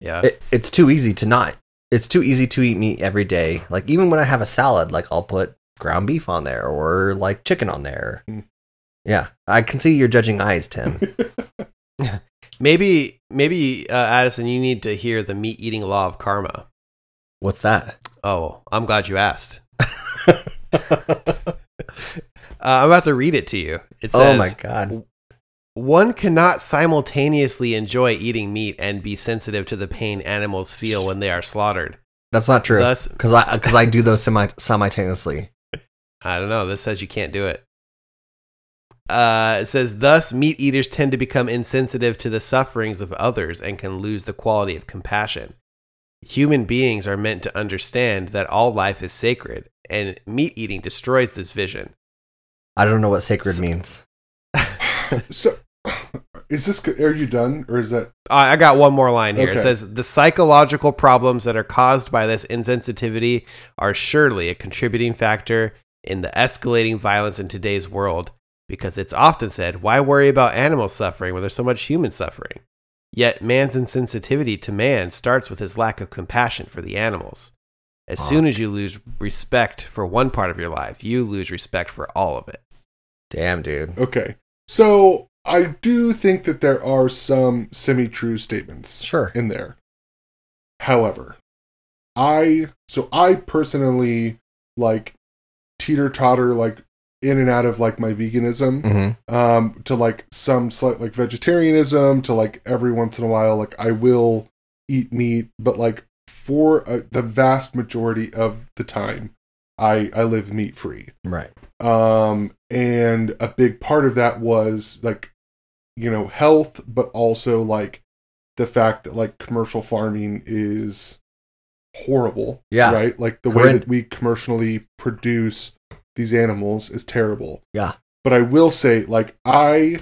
S1: Yeah.
S3: It, it's too easy to not. It's too easy to eat meat every day. Like even when I have a salad, like I'll put ground beef on there or like chicken on there.
S1: Hmm.
S2: Mm.
S3: Yeah, I can see your judging eyes, Tim.
S1: [laughs] Maybe, maybe uh, Addison, you need to hear the meat eating law of karma.
S3: What's that?
S1: Oh, I'm glad you
S3: [laughs]
S1: asked. Uh, I'm about to read it to you. It
S3: oh my
S1: says,
S3: god.
S1: one cannot simultaneously enjoy eating meat and be sensitive to the pain animals feel when they are slaughtered.
S3: That's not true.
S1: Thus-
S3: Because I because I do those semi simultaneously.
S1: I don't know. This says you can't do it. Uh, it says, thus, meat eaters tend to become insensitive to the sufferings of others and can lose the quality of compassion. Human beings are meant to understand that all life is sacred, and meat eating destroys this vision.
S3: I don't know what sacred
S1: S-
S3: means.
S2: So, is this? Are you done, or is that?
S1: I I got one more line here. It
S2: Okay.
S1: says the psychological problems that are caused by this insensitivity are surely a contributing factor in the escalating violence in today's world because it's often said, why worry about animal suffering when there's so much human suffering? Yet man's insensitivity to man starts with his lack of compassion for the animals. As
S3: Ah.
S1: soon as you lose respect for one part of your life, you lose respect for all of it.
S3: Damn, dude.
S2: Okay. So I do think that there are some semi-true statements.
S3: Sure.
S2: in there. However, I so I personally like teeter totter like in and out of like my veganism
S3: Mm-hmm.
S2: um to like some slight like vegetarianism to like every once in a while like I will eat meat but like for uh the vast majority of the time, I I live meat free.
S3: Right.
S2: Um, and a big part of that was like, you know, health, but also like the fact that like commercial farming is horrible.
S3: Yeah.
S2: Right. Like the way
S3: Horrend-
S2: that we commercially produce these animals is terrible.
S3: Yeah.
S2: But I will say, like, I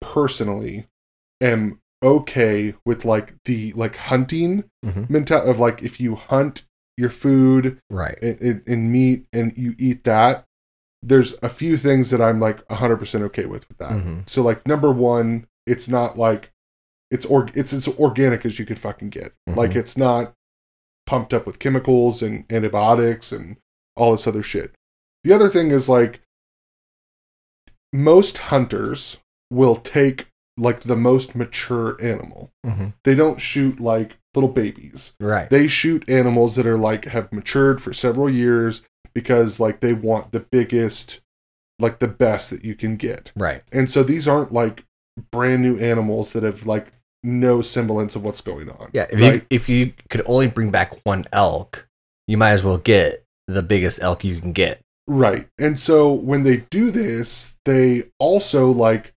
S2: personally am okay with like the like hunting
S3: Mhm.
S2: mentality of like if you hunt your food
S3: Right.
S2: and, and, and meat and you eat that there's a few things that i'm like 100% okay with with that
S3: Mhm.
S2: so like number one it's not like it's or it's as organic as you could fucking get like
S3: Mhm.
S2: it's not pumped up with chemicals and antibiotics and all this other shit the other thing is like most hunters will take like the most mature animal
S3: Mhm.
S2: they don't shoot like little babies
S3: Right.
S2: they shoot animals that are like have matured for several years because like they want the biggest like the best that you can get
S3: right.
S2: and so these aren't like brand new animals that have like no semblance of what's going on
S3: Yeah. If
S2: right?
S3: you if you could only bring back one elk, you might as well get the biggest elk you can get.
S2: Right. And so when they do this, they also like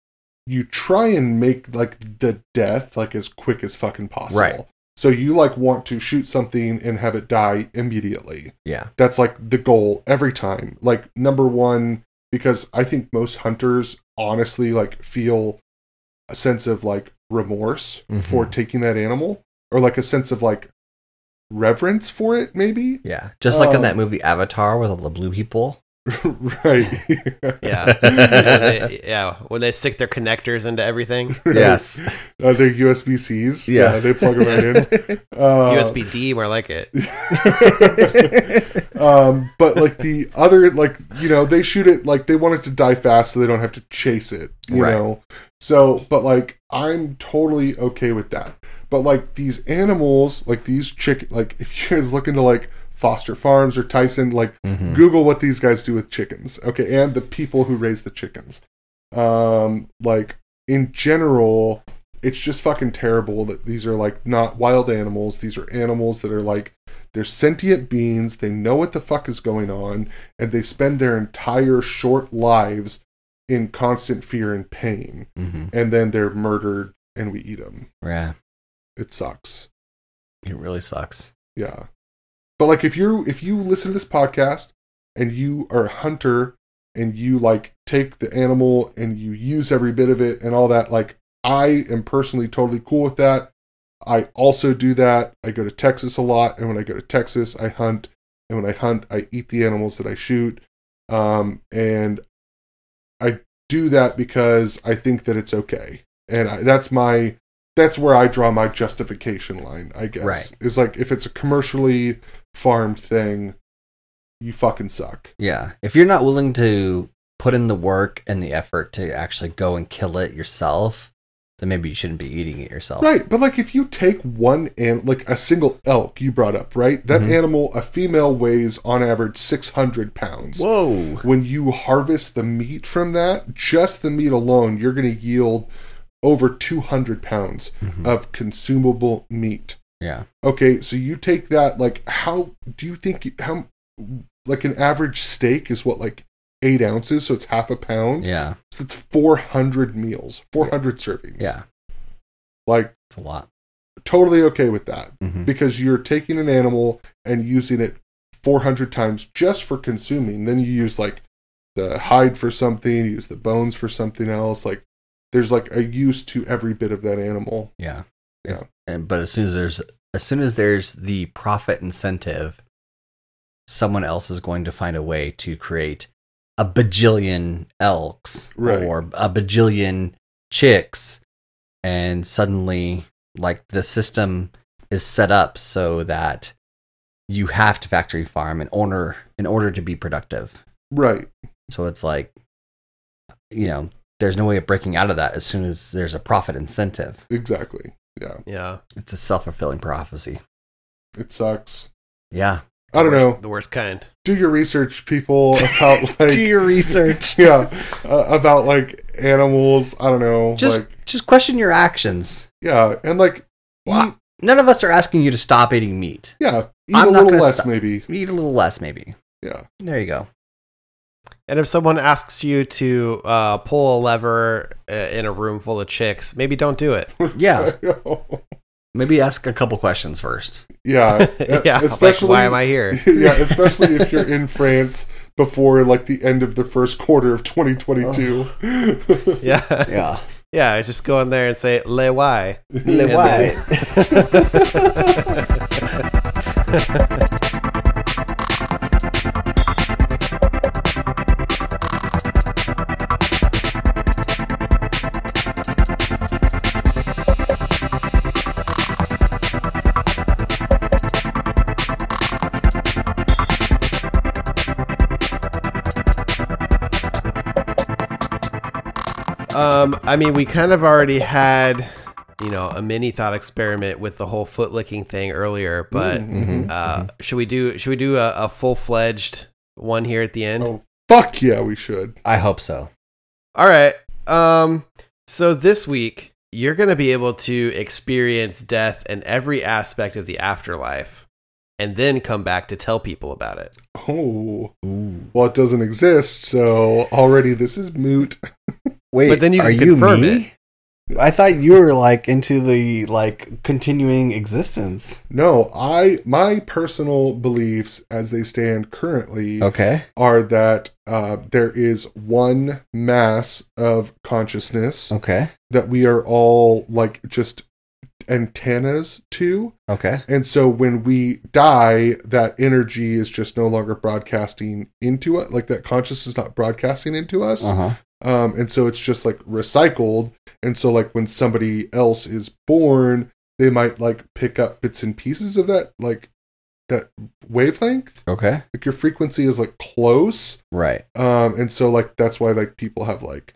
S2: you try and make like the death like as quick as fucking possible.
S3: Right.
S2: So you like want to shoot something and have it die immediately.
S3: Yeah.
S2: That's like the goal every time. Like number 1 because I think most hunters honestly like feel a sense of like remorse
S3: Mhm.
S2: for taking that animal or like a sense of like reverence for it
S3: [laughs]
S2: maybe.
S3: Yeah. Just like in
S2: Um,
S3: that movie Avatar with all the blue people.
S2: right. [laughs]
S1: Yeah.
S3: [laughs]
S1: When they- yeah. When they stick their connectors into everything.
S3: yes.
S2: Uh, they're USB Cs.
S3: Yeah.
S2: they plug them right in.
S3: [laughs]
S2: Uh,
S1: USB D, more like it.
S2: [laughs]
S3: [laughs]
S2: Um, but like the other, like you know, they shoot it like they want it to die fast, so they don't have to chase it. You
S3: Right.
S2: know, so but like I'm totally okay with that. But like these animals, like these chicken, like if you guys look into like Foster Farms or Tyson, like
S3: Mhm.
S2: Google what these guys do with chickens. Okay, and the people who raise the chickens. Um, like in general, it's just fucking terrible that these are like not wild animals. These are animals that are like they're sentient beings. They know what the fuck is going on, and they spend their entire short lives in constant fear and pain.
S3: Mhm.
S2: And then they're murdered, and we eat them.
S3: Yeah.
S2: It sucks.
S3: It really sucks.
S2: Yeah. But like if you're if you listen to this podcast and you are a hunter and you like take the animal and you use every bit of it and all that, like I am personally totally cool with that. I also do that. I go to Texas a lot, and when I go to Texas, I hunt, and when I hunt, I eat the animals that I shoot. Um, and I do that because I think that it's okay, and I, that's my that's where I draw my justification line. I guess
S3: Right.
S2: is like if it's a commercially farmed thing, you fucking suck.
S3: Yeah. If you're not willing to put in the work and the effort to actually go and kill it yourself, then maybe you shouldn't be eating it yourself.
S2: Right, but like if you take one and like a single elk you brought up, right? That
S3: Mhm.
S2: animal, a female weighs on average six hundred pounds.
S3: Whoa.
S2: When you harvest the meat from that, just the meat alone, you're going to yield over two hundred pounds of consumable meat.
S3: Mm-hmm. Yeah.
S2: Okay, so you take that like how do you think you- how like an average steak is what like eight ounces, so it's half a pound.
S3: Yeah.
S2: So it's four hundred meals, four hundred servings.
S3: Yeah.
S2: like
S3: It's a lot.
S2: totally okay with that
S3: Mhm.
S2: because you're taking an animal and using it 400 times just for consuming. Then you use like the hide for something, you use the bones for something else. Like there's like a use to every bit of that animal.
S3: Yeah.
S2: Yeah.
S3: And but as soon as there's as soon as there's the profit incentive, someone else is going to find a way to create a bajillion elks
S2: Right.
S3: or a bajillion chicks and suddenly like the system is set up so that you have to factory farm in order in order to be productive.
S2: Right.
S3: So it's like you know, there's no way of breaking out of that as soon as there's a profit incentive.
S2: Exactly. Yeah.
S1: Yeah.
S3: It's a self fulfilling prophecy.
S2: It sucks.
S3: Yeah.
S2: I don't
S1: Worst-
S2: know.
S1: The worst kind.
S2: Do your research, people, about like,
S3: your [laughs] research.
S2: yeah, uh, about like animals. I don't know.
S3: Just
S2: like,
S3: just question your actions.
S2: yeah. And like,
S3: Well,
S2: eat
S3: None of us are asking you to stop eating meat.
S2: Yeah, eat
S3: I'm
S2: a
S3: not
S2: little
S3: gonna
S2: less
S3: stop-
S2: maybe.
S3: Eat a little less, maybe.
S2: Yeah,
S3: There you go.
S1: And if someone asks you to uh, pull a lever uh, in a room full of chicks, maybe don't do it.
S3: [laughs]
S2: [laughs]
S3: Yeah. Maybe ask a couple questions first.
S2: yeah,
S1: [laughs] yeah,
S2: Especially
S1: like, why am I
S2: [laughs]
S1: here?
S2: yeah, especially if you're in France before like the end of the first quarter of 2022.
S1: Yeah, yeah,
S3: [laughs] Yeah.
S1: yeah. Just go in there and say le why.
S3: Le why? [laughs]
S1: Um, I mean, we kind of already had, you know, a mini thought experiment with the whole foot licking thing earlier, but
S2: Mhm.
S1: uh, should we do should we do a, a full fledged one here at the end?
S2: Oh, fuck yeah, we should.
S3: I hope so.
S1: All right. Um so this week you're going to be able to experience death and every aspect of the afterlife and then come back to tell people about it.
S2: Oh,
S3: Ooh.
S2: well, it doesn't exist, so already this is moot.
S3: Wait,
S1: But then you
S3: are
S1: can confirm
S3: me? I thought you were like into the like continuing existence.
S2: No, I my personal beliefs as they stand currently
S3: Okay.
S2: are that uh, there is one mass of consciousness
S3: Okay.
S2: that we are all like just antennas to.
S3: Okay.
S2: And so when we die, that energy is just no longer broadcasting into it. Like that consciousness is not broadcasting into us.
S3: Uh huh.
S2: Um, and so it's just like recycled. And so, like, when somebody else is born, they might like pick up bits and pieces of that, like, that wavelength.
S3: Okay.
S2: Like, your frequency is like close.
S3: Right.
S2: Um, and so, like, that's why like people have like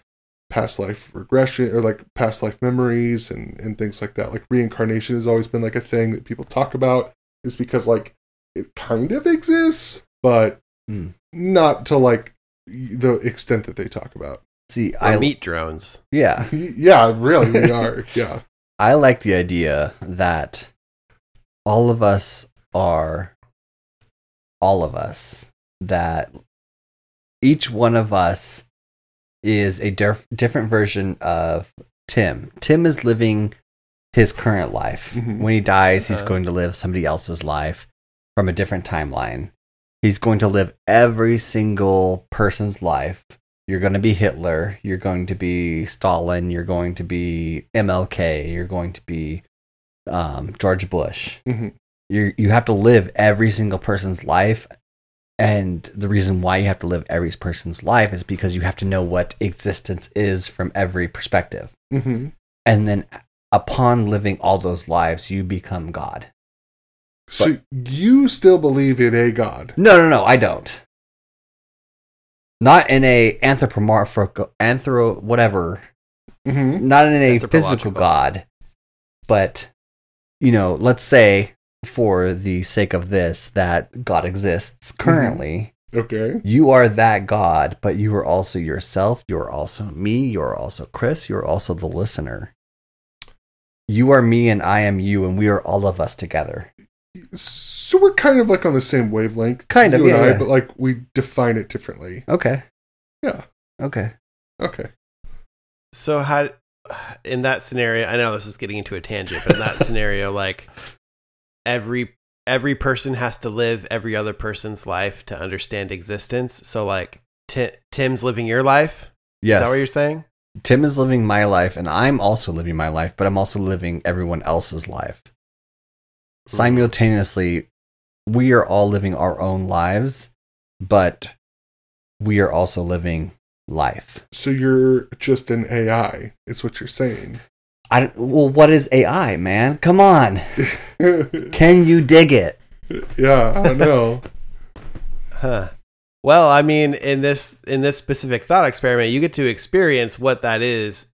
S2: past life regression or like past life memories and and things like that. Like reincarnation has always been like a thing that people talk about. Is because like it kind of exists, but
S3: Hmm.
S2: not to like y- the extent that they talk about. [laughs]
S3: See,
S1: Or
S3: I
S1: meat drones.
S3: yeah,
S2: yeah, really, we
S3: [laughs]
S2: are. Yeah,
S3: I like the idea that all of us are all of us. That each one of us is a dif- different version of Tim. Tim is living his current life.
S2: Mhm.
S3: When he dies, he's
S1: Uh-huh.
S3: going to live somebody else's life from a different timeline. He's going to live every single person's life. You're going to be Hitler. You're going to be Stalin. You're going to be MLK. You're going to be um, George Bush.
S2: Mhm.
S3: You you have to live every single person's life, and the reason why you have to live every person's life is because you have to know what existence is from every perspective.
S2: hmm
S3: And then, upon living all those lives, you become God.
S2: So you still believe in a god?
S3: No, no, no, I don't. Not in a anthropomorphic, anthro, whatever
S2: Mm-hmm.
S3: not in a physical
S1: Anthropological.
S3: god, but you know, let's say for the sake of this that God exists currently.
S2: Okay.
S3: You are that God, but you are also yourself. You are also me. You are also Chris. You are also the listener. You are me, and I am you, and we are all of us together.
S2: So we're kind of like on the same wavelength,
S3: Kind of,
S2: you and
S3: yeah,
S2: I,
S3: yeah.
S2: but like we define it differently.
S3: Okay.
S2: Yeah.
S3: Okay.
S2: Okay.
S1: So how in that scenario, I know this is getting into a tangent, but in
S3: [laughs]
S1: that scenario like every every person has to live every other person's life to understand existence. So like Tim, Tim's living your life?
S3: Yes.
S1: Is that what you're saying?
S3: Tim is living my life, and I'm also living my life, but I'm also living everyone else's life. Hmm. Simultaneously, we are all living our own lives, but we are also living life.
S2: So you're just an AI, is what you're saying. [laughs]
S3: I don't, well, what is AI, man? Come on, can you dig it?
S2: yeah, I know.
S1: Huh. Well, I mean, in this in this specific thought experiment, you get to experience what that is.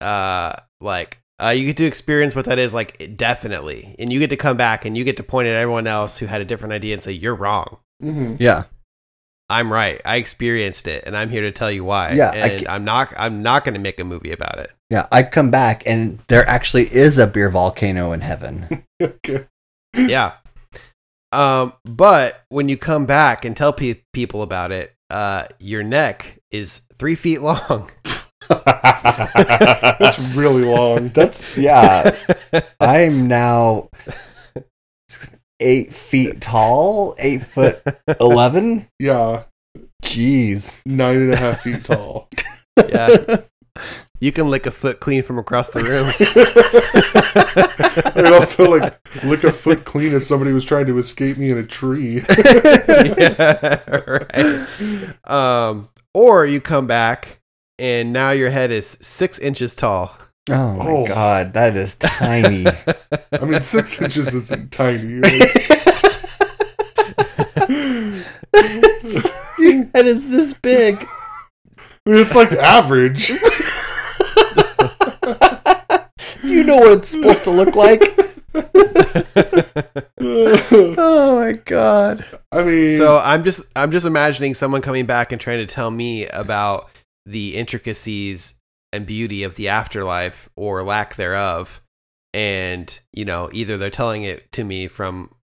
S1: Uh, like, uh, you get to experience what that is, like, definitely, and you get to come back and you get to point at everyone else who had a different idea and say you're wrong.
S2: hmm
S3: Yeah,
S1: I'm right. I experienced it, and I'm here to tell you why.
S3: Yeah, I
S1: and
S3: ca-
S1: I'm not. I'm not going to make a movie about it.
S3: Yeah, I come back and there actually is a beer volcano in heaven.
S2: okay.
S1: yeah. Um, but when you come back and tell pe- people about it, uh, your neck is three feet
S3: [laughs]
S1: long. [laughs]
S2: That's really
S1: [laughs]
S2: long.
S3: That's [laughs] yeah. I'm [laughs] now eight feet tall, eight foot eleven.
S2: Yeah,
S3: Jeez.
S2: nine and a half feet tall.
S1: yeah. You can lick a foot clean from across the room. [laughs]
S2: I would also like lick a foot clean if somebody was trying to escape me in a tree.
S1: yeah, right. Um, or you come back and now your head is six inches tall.
S3: Oh my
S2: Oh.
S3: god, that [laughs] is tiny.
S2: I mean, six [laughs] inches isn't tiny.
S3: Your head is this big.
S2: I mean, it's like average. [laughs]
S3: You know what it's supposed to look like. [laughs] Oh my god.
S2: I mean,
S1: So I'm just I'm just imagining someone coming back and trying to tell me about the intricacies and beauty of the afterlife or lack thereof. And, you know, either they're telling it to me from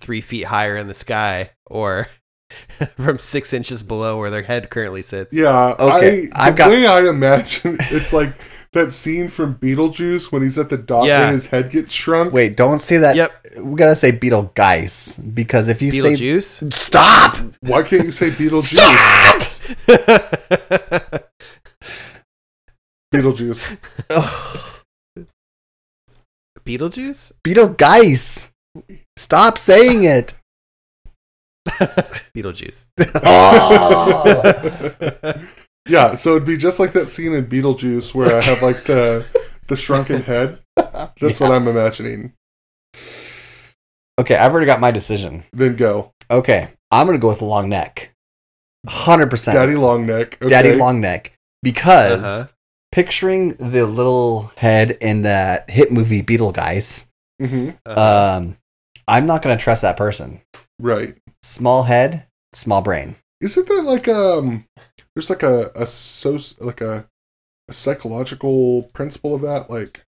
S1: three feet higher in the sky or [laughs] from six inches below where their head currently sits.
S2: yeah.
S3: Okay,
S2: I,
S3: I've
S2: the
S3: got-
S2: way I imagine it's like that scene from Beetlejuice when he's at the dock
S1: Yeah.
S2: and his head gets shrunk.
S3: Wait, don't say that.
S1: Yep.
S3: We gotta say Beetlegeist because if you say
S1: Beetlejuice.
S3: stop,
S2: Why can't you say Beetlejuice?
S3: stop.
S1: [laughs]
S2: Beetlejuice.
S1: Beetlejuice?
S3: Beetlegeist. Stop saying it.
S1: Beetlejuice.
S3: [laughs]
S1: [laughs] Uh-huh.
S3: Oh.
S2: Yeah, so it'd be just like that scene in Beetlejuice where I have like the the shrunken head. That's what I'm imagining.
S3: [laughs] okay, I've already got my decision.
S2: Then go,
S3: Okay, I'm gonna go with long neck. Hundred percent,
S2: Daddy Long Neck. Okay.
S3: Daddy long neck. Because
S1: Uh-huh.
S3: picturing the little head in that hit movie Beetlegeist,
S2: hmm
S1: Uh-huh.
S3: um, I'm not gonna trust that person.
S2: Right.
S3: Small head, small brain.
S2: Isn't that like um? There's like a a so like a, a psychological principle of that. Like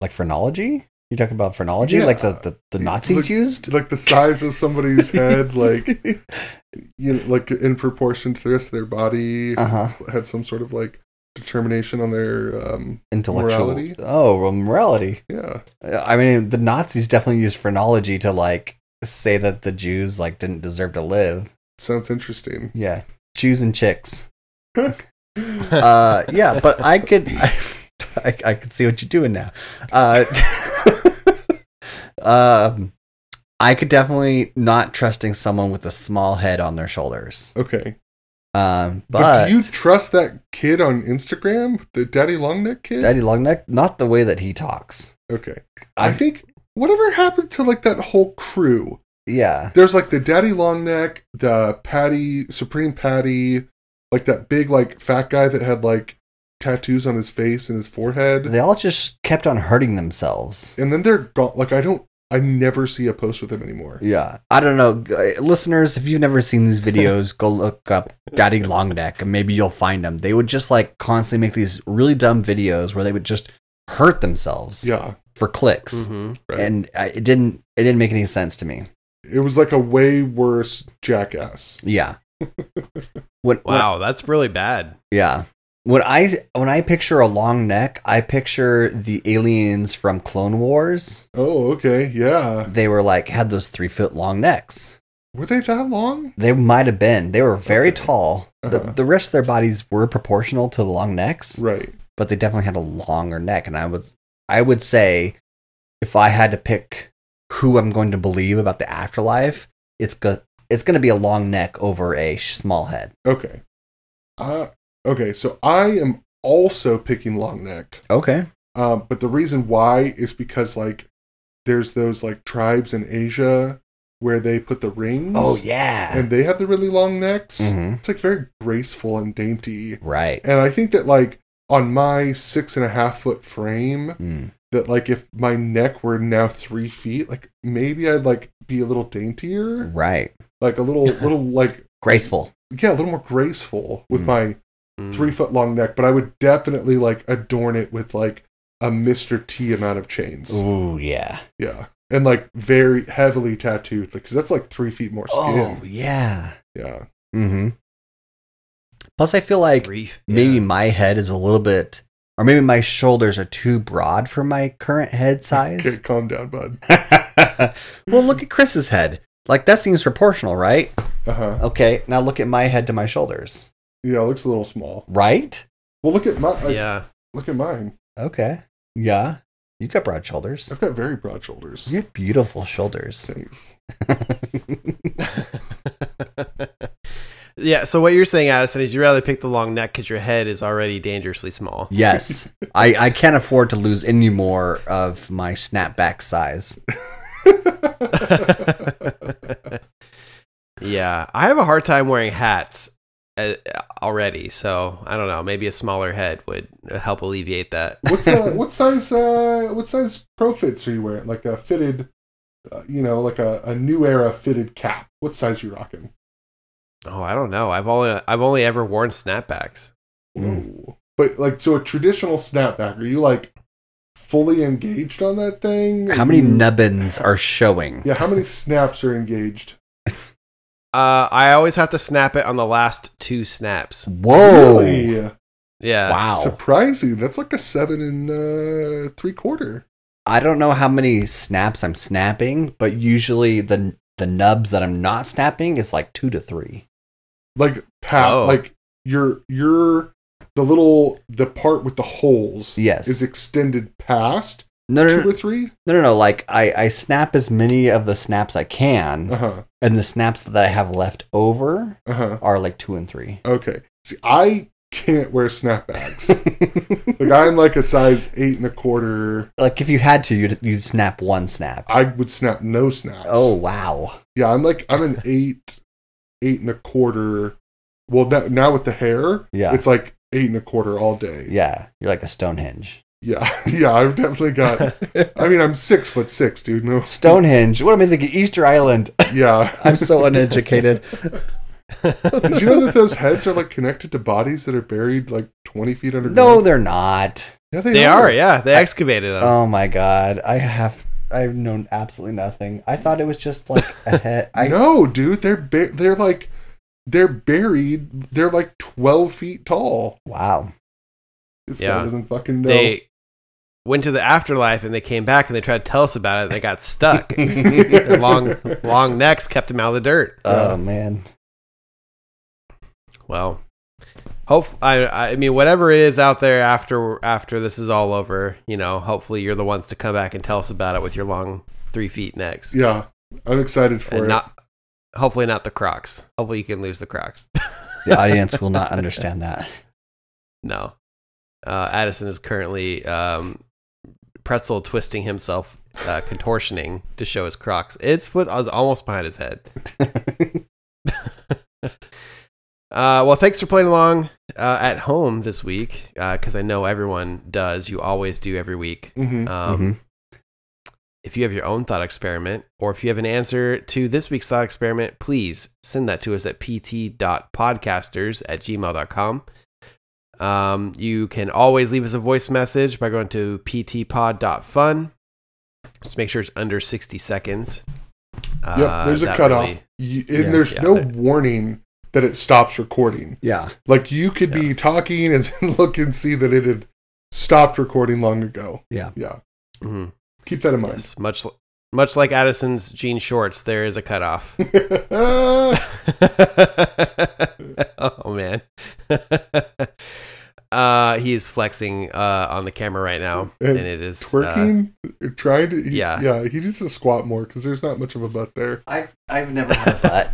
S3: Like phrenology. You talking about phrenology,
S2: Yeah.
S3: like the the, the Nazis
S2: Like-
S3: used?
S2: like the size of
S3: [laughs]
S2: somebody's head, like you know, like in proportion to the rest of their body,
S3: uh huh.
S2: had some sort of like determination on their um.
S3: Intellectual.
S2: Morality?
S3: Oh, well, morality.
S2: Yeah.
S3: I mean, the Nazis definitely used phrenology to like say that the Jews like didn't deserve to live.
S2: Sounds interesting.
S3: Yeah, Jews and chicks. Uh, yeah, but I could, [laughs] I, I, could see what you're doing now. Uh, [laughs] um, I could definitely not trusting someone with a small head on their shoulders.
S2: Okay.
S3: Um,
S2: But,
S3: but
S2: do you trust that kid on Instagram, the Daddy Long Neck kid?
S3: Daddy Longneck, not the way that he talks.
S2: okay. I,
S3: I,
S2: think whatever happened to like that whole crew.
S3: yeah,
S2: There's like the Daddy Long Neck, the Patty Supreme Patty, like that big like fat guy that had like tattoos on his face and his forehead.
S3: they all just kept on hurting themselves.
S2: and then they're gone. Like I don't, I never see a post with him anymore.
S3: Yeah. I don't know. g- uh, Listeners, if you've never seen these videos, go look up Daddy Longneck and maybe you'll find them. They would just like constantly make these really dumb videos where they would just hurt themselves
S2: Yeah, Mm-hmm.
S3: for clicks.
S1: Mhm.
S2: right.
S3: And I, it didn't it didn't make any sense to me.
S2: it was like a way worse jackass. [laughs]
S3: Yeah. When, when-
S1: Wow, that's really bad.
S3: yeah. When I when I picture a long neck, I picture the aliens from Clone Wars.
S2: Oh, okay, yeah.
S3: They were like had those three foot long necks.
S2: Were they that long?
S3: They might have been. They were very
S2: Okay.
S3: tall.
S2: Uh-huh.
S3: The, the rest of their bodies were proportional to the long necks,
S2: Right.
S3: but they definitely had a longer neck. And I would, I would say, if I had to pick who I'm going to believe about the afterlife, it's go, it's going to be a long neck over a sh- small head.
S2: Okay. Uh, okay, so I am also picking long neck.
S3: Okay.
S2: Um, but the reason why is because like there's those like tribes in Asia where they put the rings.
S3: Oh yeah.
S2: And they have the really long necks.
S3: Mhm.
S2: It's like very graceful and dainty.
S3: Right.
S2: And I think that like on my six and a half foot frame,
S3: Mm.
S2: that like if my neck were now three feet, like maybe I'd like be a little daintier.
S3: Right. [laughs]
S2: Like a little little like
S3: graceful.
S2: yeah, a little more graceful with
S3: Mm.
S2: my
S1: Mm.
S2: three foot long neck, but I would definitely like adorn it with like a Mr. T amount of chains.
S3: Ooh, yeah.
S2: Yeah. And like very heavily tattooed, because that's like three feet more
S3: Oh,
S2: skin.
S3: yeah.
S2: Yeah.
S3: Mm-hmm. Plus, I feel like
S1: Three-
S3: maybe
S1: yeah.
S3: my head is a little bit, or maybe my shoulders are too broad for my
S2: [laughs]
S3: current head
S2: Okay,
S3: size.
S2: calm down, bud.
S3: [laughs] well, look at Chris's head. Like that seems proportional, right?
S2: Uh huh.
S3: Okay, now look at my head to my shoulders,
S2: Yeah, it looks a little small.
S3: right?
S2: Well, look at my like,
S1: yeah.
S2: look at mine.
S3: Okay. Yeah. You got broad shoulders.
S2: I've got very broad shoulders. [laughs]
S3: You have beautiful shoulders. [laughs]
S2: Thanks.
S1: yeah. So what you're saying, Addison, is you rather pick the long neck because your head is already dangerously small.
S3: Yes. I, I can't afford to lose any more of my snapback size.
S1: yeah, I have a hard time wearing hats uh, already, so I don't know. Maybe a smaller head would help alleviate that.
S2: What's uh, what size uh what size pro fits are you wearing? Like a fitted, uh, you know, like a, a new era fitted cap. What size you rocking?
S1: Oh, I don't know. I've only I've only ever worn snapbacks.
S2: Ooh. But like, so a traditional snapback, are you like fully engaged on that thing?
S3: How many
S2: Are you-
S3: nubbins are showing?
S2: Yeah, how many snaps are engaged?
S1: Uh, I always have to snap it on the last two snaps.
S3: Whoa.
S2: Really?
S1: Yeah.
S3: Oh, Wow.
S2: Surprising. That's like a seven and uh, three quarter.
S3: I don't know how many snaps I'm snapping, but usually the the nubs that I'm not snapping is like two to three.
S2: Like pat,
S1: Oh.
S2: like your your the little the part with the holes
S3: Yes. Er.
S2: is extended past
S3: no, no,
S2: two
S3: no,
S2: or three.
S3: no, no, no. Like I, I snap as many of the snaps I can,
S2: Uh huh.
S3: and the snaps that I have left over
S2: Uh huh.
S3: are like two and three.
S2: Okay. See, I can't wear
S3: [laughs]
S2: snapbacks. like I'm like a size eight and a quarter.
S3: like if you had to, you'd, you'd snap one snap.
S2: I would snap no snaps.
S3: Oh wow.
S2: Yeah, I'm like I'm
S3: [laughs]
S2: an eight, eight and a quarter. Well, now, now with the hair,
S3: Yeah.
S2: it's like eight and a quarter all day.
S3: Yeah, you're like a Stonehenge.
S2: yeah, [laughs] yeah. I've definitely got. I mean, I'm six foot six, dude.
S3: [laughs]
S2: No,
S3: Stonehenge. What am I thinking? Easter Island. [laughs]
S2: yeah.
S3: I'm so
S2: [laughs]
S3: uneducated.
S2: Did you know that those heads are like connected to bodies that are buried like twenty feet underground?
S3: no, they're not.
S2: yeah, they,
S3: [laughs]
S1: They are, yeah. They excavated them.
S3: Oh my god, I have I've known absolutely nothing. I thought it was just like [laughs] a head. I
S2: no, dude, they're ba- they're like they're buried. They're like twelve feet tall.
S3: wow.
S2: This
S1: Yeah.
S2: guy doesn't fucking know.
S1: They went to the afterlife and they came back and they tried to tell us about it. And they got
S2: [laughs]
S1: stuck. [laughs] Their long long necks kept them out of the dirt.
S2: Um,
S3: Oh man.
S1: Well, hope I I mean whatever it is out there after after this is all over, you know, hopefully you're the ones to come back and tell us about it with your long three feet necks,
S2: yeah, I'm excited for
S1: and
S2: it.
S1: not hopefully not the Crocs. Hopefully you can lose the Crocs.
S3: The audience will not understand that.
S1: No, uh, Addison is currently um, pretzel twisting himself, uh, contortioning to show his Crocs. Its foot is almost behind his head. Uh, well, thanks for playing along uh, at home this week, because I know everyone does. You always do every week.
S3: Mm-hmm.
S2: Mhm.
S1: Um, If you have your own thought experiment, or if you have an answer to this week's thought experiment, please send that to us at pt.podcasters at gmail.com. Um, you can always leave us a voice message by going to ptpod.fun. Just make sure it's under 60 seconds. Uh,
S2: Yep, there's a
S1: that
S2: cutoff.
S1: really-
S2: You- and
S3: Yeah,
S2: there's
S1: yeah,
S2: no
S1: there-
S2: warning that it stops recording.
S3: [laughs] yeah.
S2: Like you could be talking and then [laughs] look and see that it had stopped recording long ago.
S3: Yeah.
S2: Yeah.
S1: Mhm,
S2: Keep that in mind.
S1: yes, much, l- much like Addison's jean shorts, there is a cutoff.
S2: [laughs]
S3: [laughs]
S1: [laughs] oh man. uh he is flexing uh on the camera right now and,
S2: And
S1: it is uh,
S2: Twerking, trying to, he-
S1: yeah.
S2: yeah, he needs to squat more because there's not much of a butt there. [laughs]
S3: I I've never had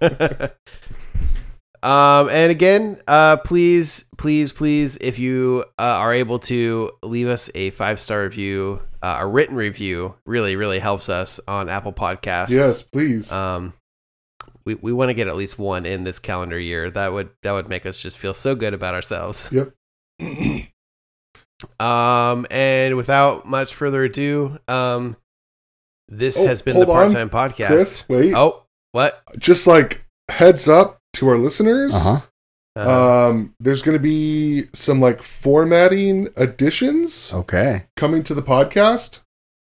S3: a butt.
S1: [laughs] um and again, uh please please please if you uh, are able to leave us a five-star review, uh, a written review really really helps us on Apple Podcasts.
S2: yes, please. [clears throat]
S1: Um, we we want to get at least one in this calendar year. That would that would make us just feel so good about ourselves.
S2: Yep.
S1: um, and without much further ado, um, this
S2: Oh,
S1: has been the
S2: hold
S1: part
S2: on,
S1: time podcast.
S2: Chris, wait.
S1: Oh, what?
S2: Just like heads up to our listeners.
S3: [laughs] Uh-huh.
S1: Uh,
S2: Um, there's going to be some like formatting additions
S3: Okay.
S2: coming to the podcast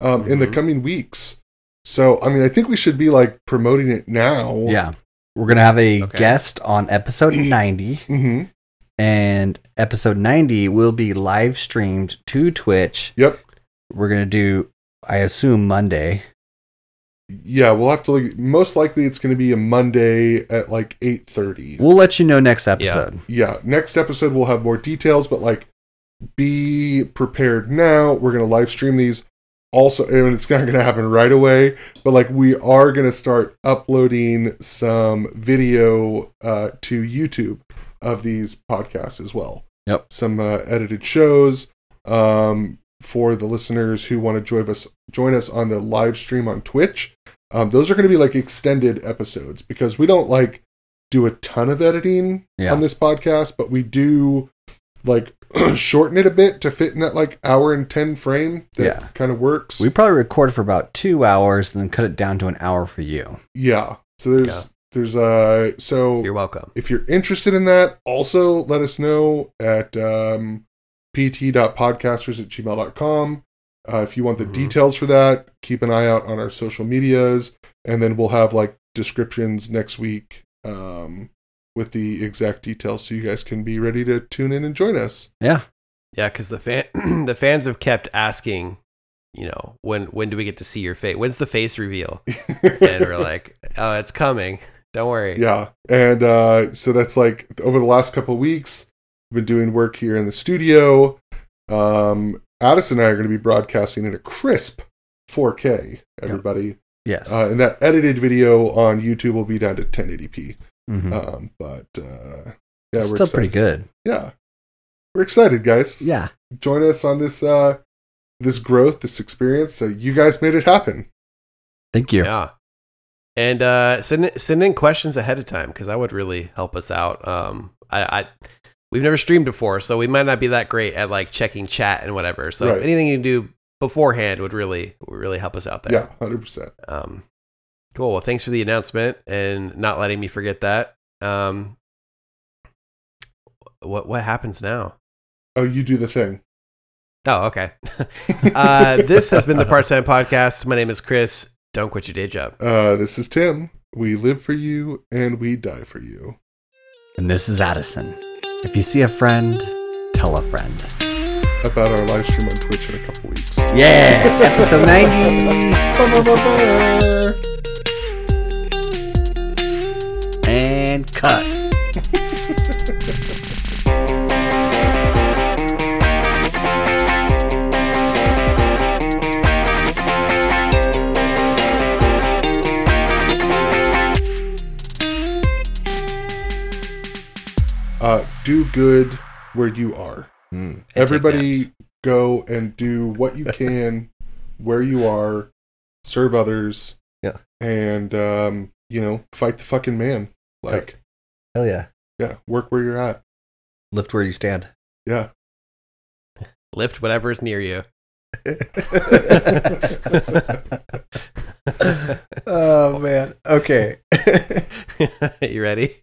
S2: um, in the
S1: Mhm.
S2: coming weeks. So, I mean, I think we should be like promoting it now.
S3: Yeah. We're going to have a
S1: Okay.
S3: guest on episode [clears throat] 90.
S2: hmm
S3: and episode 90 will be live streamed to Twitch.
S2: Yep.
S3: We're going to do, I assume, Monday.
S2: Yeah, we'll have to. Like, most likely, it's going to be a Monday at like eight thirty.
S3: We'll let you know next episode.
S2: yeah, next episode we'll have more details, but like, be prepared now. We're going to live stream these. Also, and it's not going to happen right away, but like we are going to start uploading some video uh, to YouTube of these podcasts as well.
S3: Yep.
S2: Some uh, edited shows um, for the listeners who want to join us join us on the live stream on Twitch. Um, those are going to be like extended episodes because we don't like do a ton of editing
S3: Yeah.
S2: on this podcast, but we do like [clears throat] shorten it a bit to fit in that like hour and 10 frame that
S3: Yeah.
S2: kind of works.
S3: We probably record for about two hours and then cut it down to an hour for you.
S2: yeah. So there's,
S1: Yeah.
S2: there's, uh, so
S1: you're welcome.
S2: if you're interested in that, also let us know at um, pt.podcasters at gmail.com. Uh, if you want the
S1: Mhm.
S2: details for that, keep an eye out on our social medias, and then we'll have like descriptions next week um, with the exact details so you guys can be ready to tune in and join us.
S3: Yeah.
S1: Yeah, because the fan [clears throat] the fans have kept asking, you know, when when do we get to see your face? When's the face reveal? And
S2: [laughs]
S1: we're like, oh, it's coming. Don't worry.
S2: Yeah, and uh, so that's like over the last couple of weeks, I've been doing work here in the studio. Um, Addison and I are going to be broadcasting in a crisp 4K, everybody,
S3: Yes.
S2: uh, and that edited video on YouTube will be down to 1080p.
S3: Mhm.
S2: Um, but uh, yeah,
S3: it's still pretty good.
S2: Yeah, we're excited, guys.
S3: Yeah.
S2: join us on this uh, this growth, this experience. So you guys made it happen.
S3: Thank you.
S1: Yeah. And uh, send send in questions ahead of time because that would really help us out. Um, I, I we've never streamed before, so we might not be that great at like checking chat and whatever. So
S2: Right.
S1: if anything you do beforehand would really would really help us out there.
S2: Yeah, hundred percent.
S1: Um, cool. Well, thanks for the announcement and not letting me forget that. Um, what what happens now?
S2: Oh, you do the thing.
S1: Oh,
S2: [laughs]
S1: okay.
S3: [laughs]
S1: uh, this has been the Part Time Podcast. My name is Chris. Don't quit your day job.
S2: Uh, this is Tim. We live for you and we die for you.
S3: And this is Addison. If you see a friend, tell a friend.
S2: About our live stream on Twitch in a couple weeks.
S3: [laughs] Yeah. episode 90. And cut.
S2: Uh, do good where you are.
S3: Mm.
S1: take
S2: Everybody
S1: naps.
S2: go and
S1: [laughs]
S2: do what you can where you are, serve others.
S3: Yeah.
S2: And, um, you know, fight the fucking man. Like,
S3: Hell yeah.
S2: yeah, work where you're at.
S3: Lift where you stand.
S1: [laughs]
S2: Yeah. [laughs]
S1: Lift whatever is near you.
S3: oh man. Okay.
S1: [laughs] you ready?